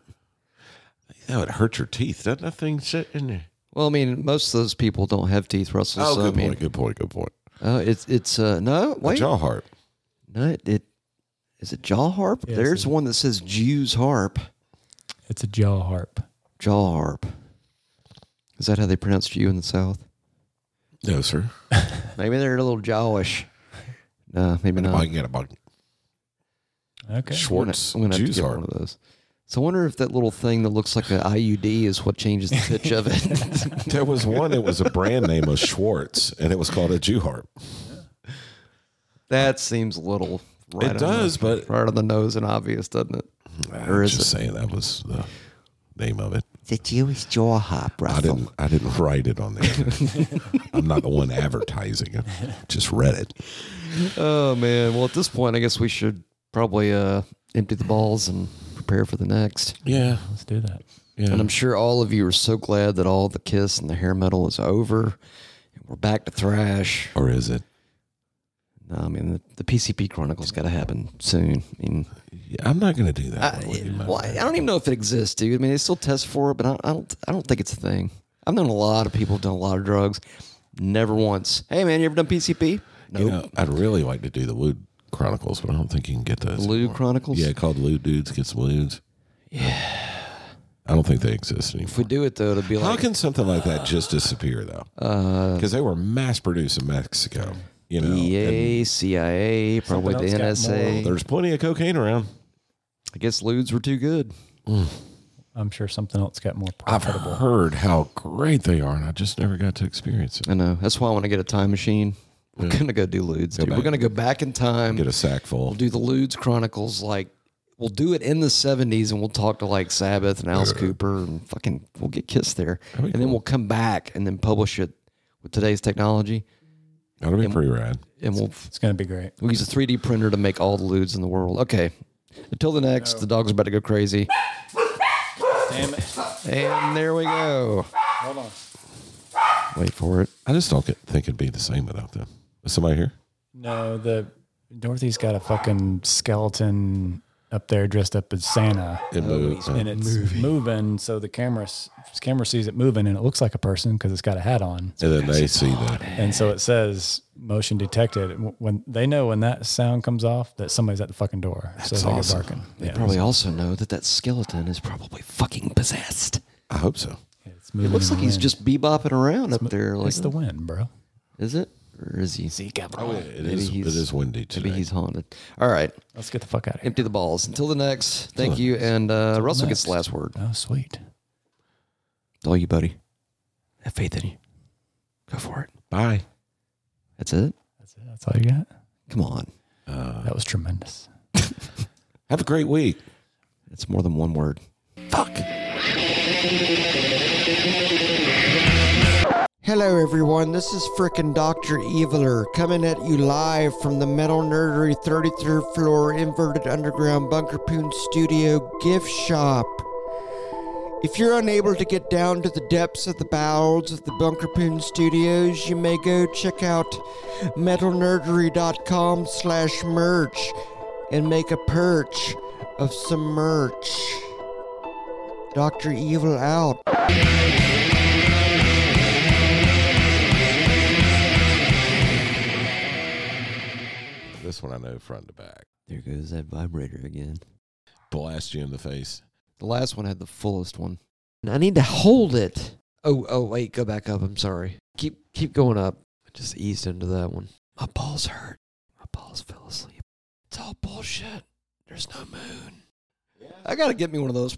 Speaker 2: Yeah, it hurts your teeth. Doesn't that thing sit in there?
Speaker 1: Well, I mean, most of those people don't have teeth, Russell.
Speaker 2: Oh,
Speaker 1: so,
Speaker 2: good
Speaker 1: I mean,
Speaker 2: point. Good point. Good point.
Speaker 1: Oh, it's it's uh no
Speaker 2: A
Speaker 1: wait
Speaker 2: jaw harp.
Speaker 1: no it, it is it jaw harp.
Speaker 3: Yeah,
Speaker 1: There's
Speaker 3: it's a-
Speaker 1: one that says Jews harp,
Speaker 3: It's a jaw harp.
Speaker 1: jaw harp. Is that how they pronounce Jew in the South?
Speaker 2: No, sir.
Speaker 1: Oh. Maybe they're a little Jawish. No, maybe not.
Speaker 2: I can get a bug.
Speaker 3: Okay.
Speaker 1: I'm gonna-
Speaker 2: Schwartz
Speaker 1: I'm gonna have to
Speaker 2: Jews
Speaker 1: get one
Speaker 2: harp.
Speaker 1: of those. So I wonder if that little thing that looks like an IUD is what changes the pitch of it.
Speaker 2: There was one that was a brand name of Schwartz, and it was called a Jew harp.
Speaker 1: that seems a little. Right on
Speaker 2: it
Speaker 1: the-
Speaker 2: does, but
Speaker 1: right on the nose and obvious, doesn't it?
Speaker 2: I'm
Speaker 1: Or is
Speaker 2: just
Speaker 1: it?
Speaker 2: saying that was the name of it.
Speaker 1: It's a Jewish jaw harp,
Speaker 2: I didn't. I didn't write it on there. I'm not the one advertising it. Just read it.
Speaker 1: Oh man! Well, at this point, I guess we should probably uh, empty the balls and prepare for the next.
Speaker 2: Yeah,
Speaker 3: Let's do that.
Speaker 2: yeah.
Speaker 1: And I'm sure all of you are so glad that all the kiss and the hair metal is over, and we're back to thrash.
Speaker 2: or is it?
Speaker 1: No, I mean the, the PCP Chronicles got to happen soon. I mean,
Speaker 2: Yeah, I'm not going to do that.
Speaker 1: I,
Speaker 2: one with you, man.
Speaker 1: well, I, I don't even know if it exists, dude. I mean, they still test for it, but I, I don't. I don't think it's a thing. I've known a lot of people who've done a lot of drugs. Never once. Hey man, you ever done PCP? No.
Speaker 2: You know, I'd really like to do the Lewd Chronicles, but I don't think you can get those.
Speaker 1: Blue Chronicles.
Speaker 2: Yeah, called Lewd Dudes Get Some Lewds. Yeah. I don't think they
Speaker 1: If
Speaker 2: exist
Speaker 1: we
Speaker 2: anymore.
Speaker 1: do it Uh, though, it'll be
Speaker 2: How
Speaker 1: like
Speaker 2: can something like that just disappear, though? Because they were mass produced in Mexico, you know.
Speaker 1: E
Speaker 2: and
Speaker 1: EA, CIA, probably the
Speaker 3: Something else got
Speaker 1: NSA.
Speaker 2: There's plenty of cocaine around.
Speaker 1: I guess lewds were too good.
Speaker 3: I'm sure something else got more
Speaker 2: I've
Speaker 3: profitable.
Speaker 2: heard how great they are, and I just never got to experience it.
Speaker 1: I know. That's why I want to get a time machine. We're gonna go do lewds. dude. We're
Speaker 2: back.
Speaker 1: gonna go back in time.
Speaker 2: Get a sack full.
Speaker 1: we'll do the lewds chronicles. Like we'll do it in the '70s, and we'll talk to like Sabbath and Alice Cooper, and fucking we'll get kissed there,
Speaker 2: be
Speaker 1: and then we'll come back and then publish it with today's technology,
Speaker 2: That'll be pretty rad.
Speaker 1: and we'll
Speaker 3: It's going to be great.
Speaker 1: we'll use a 3D printer to make all the lewds in the world. Okay. Until the next, the dog's about to go crazy.
Speaker 3: Damn it.
Speaker 1: And there we go.
Speaker 3: Hold on.
Speaker 1: Wait for it.
Speaker 2: I just don't get, think it'd be the same without them. Is somebody here?
Speaker 3: No, the Dorothy's got a fucking skeleton up there dressed up as Santa,
Speaker 2: It moved, uh,
Speaker 3: and it's moving. So the camera s- camera sees it moving, and it looks like a person because it's got a hat on.
Speaker 2: and then they see that.
Speaker 3: And so it says motion detected. W- When they know when that sound comes off, that somebody's at the fucking door. so they
Speaker 2: awesome.
Speaker 3: get barking.
Speaker 1: They
Speaker 3: yeah,
Speaker 1: probably also know that that skeleton is probably fucking possessed.
Speaker 2: I hope so.
Speaker 3: it's
Speaker 1: It
Speaker 3: moving
Speaker 1: looks
Speaker 3: in the
Speaker 1: like he's
Speaker 3: wind.
Speaker 1: just bebopping around up there. Like,
Speaker 3: It's the wind, bro.
Speaker 1: is it or is he?
Speaker 2: Oh, it is. It is windy today.
Speaker 1: Maybe he's haunted. All right,
Speaker 3: Let's get the fuck out of here.
Speaker 1: empty the balls. Until the next, thank you, and uh, Russell gets the
Speaker 3: next.
Speaker 1: last word.
Speaker 3: Oh, sweet.
Speaker 1: It's all you, buddy. Have faith in you. Go for it.
Speaker 2: Bye.
Speaker 1: That's it.
Speaker 3: That's it. That's all you got.
Speaker 1: Come on, Uh,
Speaker 3: That was tremendous.
Speaker 2: Have a great week.
Speaker 1: it's more than one word.
Speaker 8: Hello, everyone. This is frickin' Dr. Eviler coming at you live from the Metal Nerdery 33rd floor inverted underground Bunker Poon Studio gift shop. If you're unable to get down to the depths of the bowels of the Bunker Poon Studios, you may go check out metalnerdery.com slash merch and make a perch of some merch. Dr. Evil out.
Speaker 2: This one I know front to back.
Speaker 1: There goes that vibrator again.
Speaker 2: Blast you in the face.
Speaker 1: The last one had the fullest one. I need to hold it. Oh, oh, wait, go back up. I'm sorry. Keep, keep going up. I just eased into that one. My balls hurt. My balls fell asleep. It's all bullshit. There's no moon. I gotta get me one of those.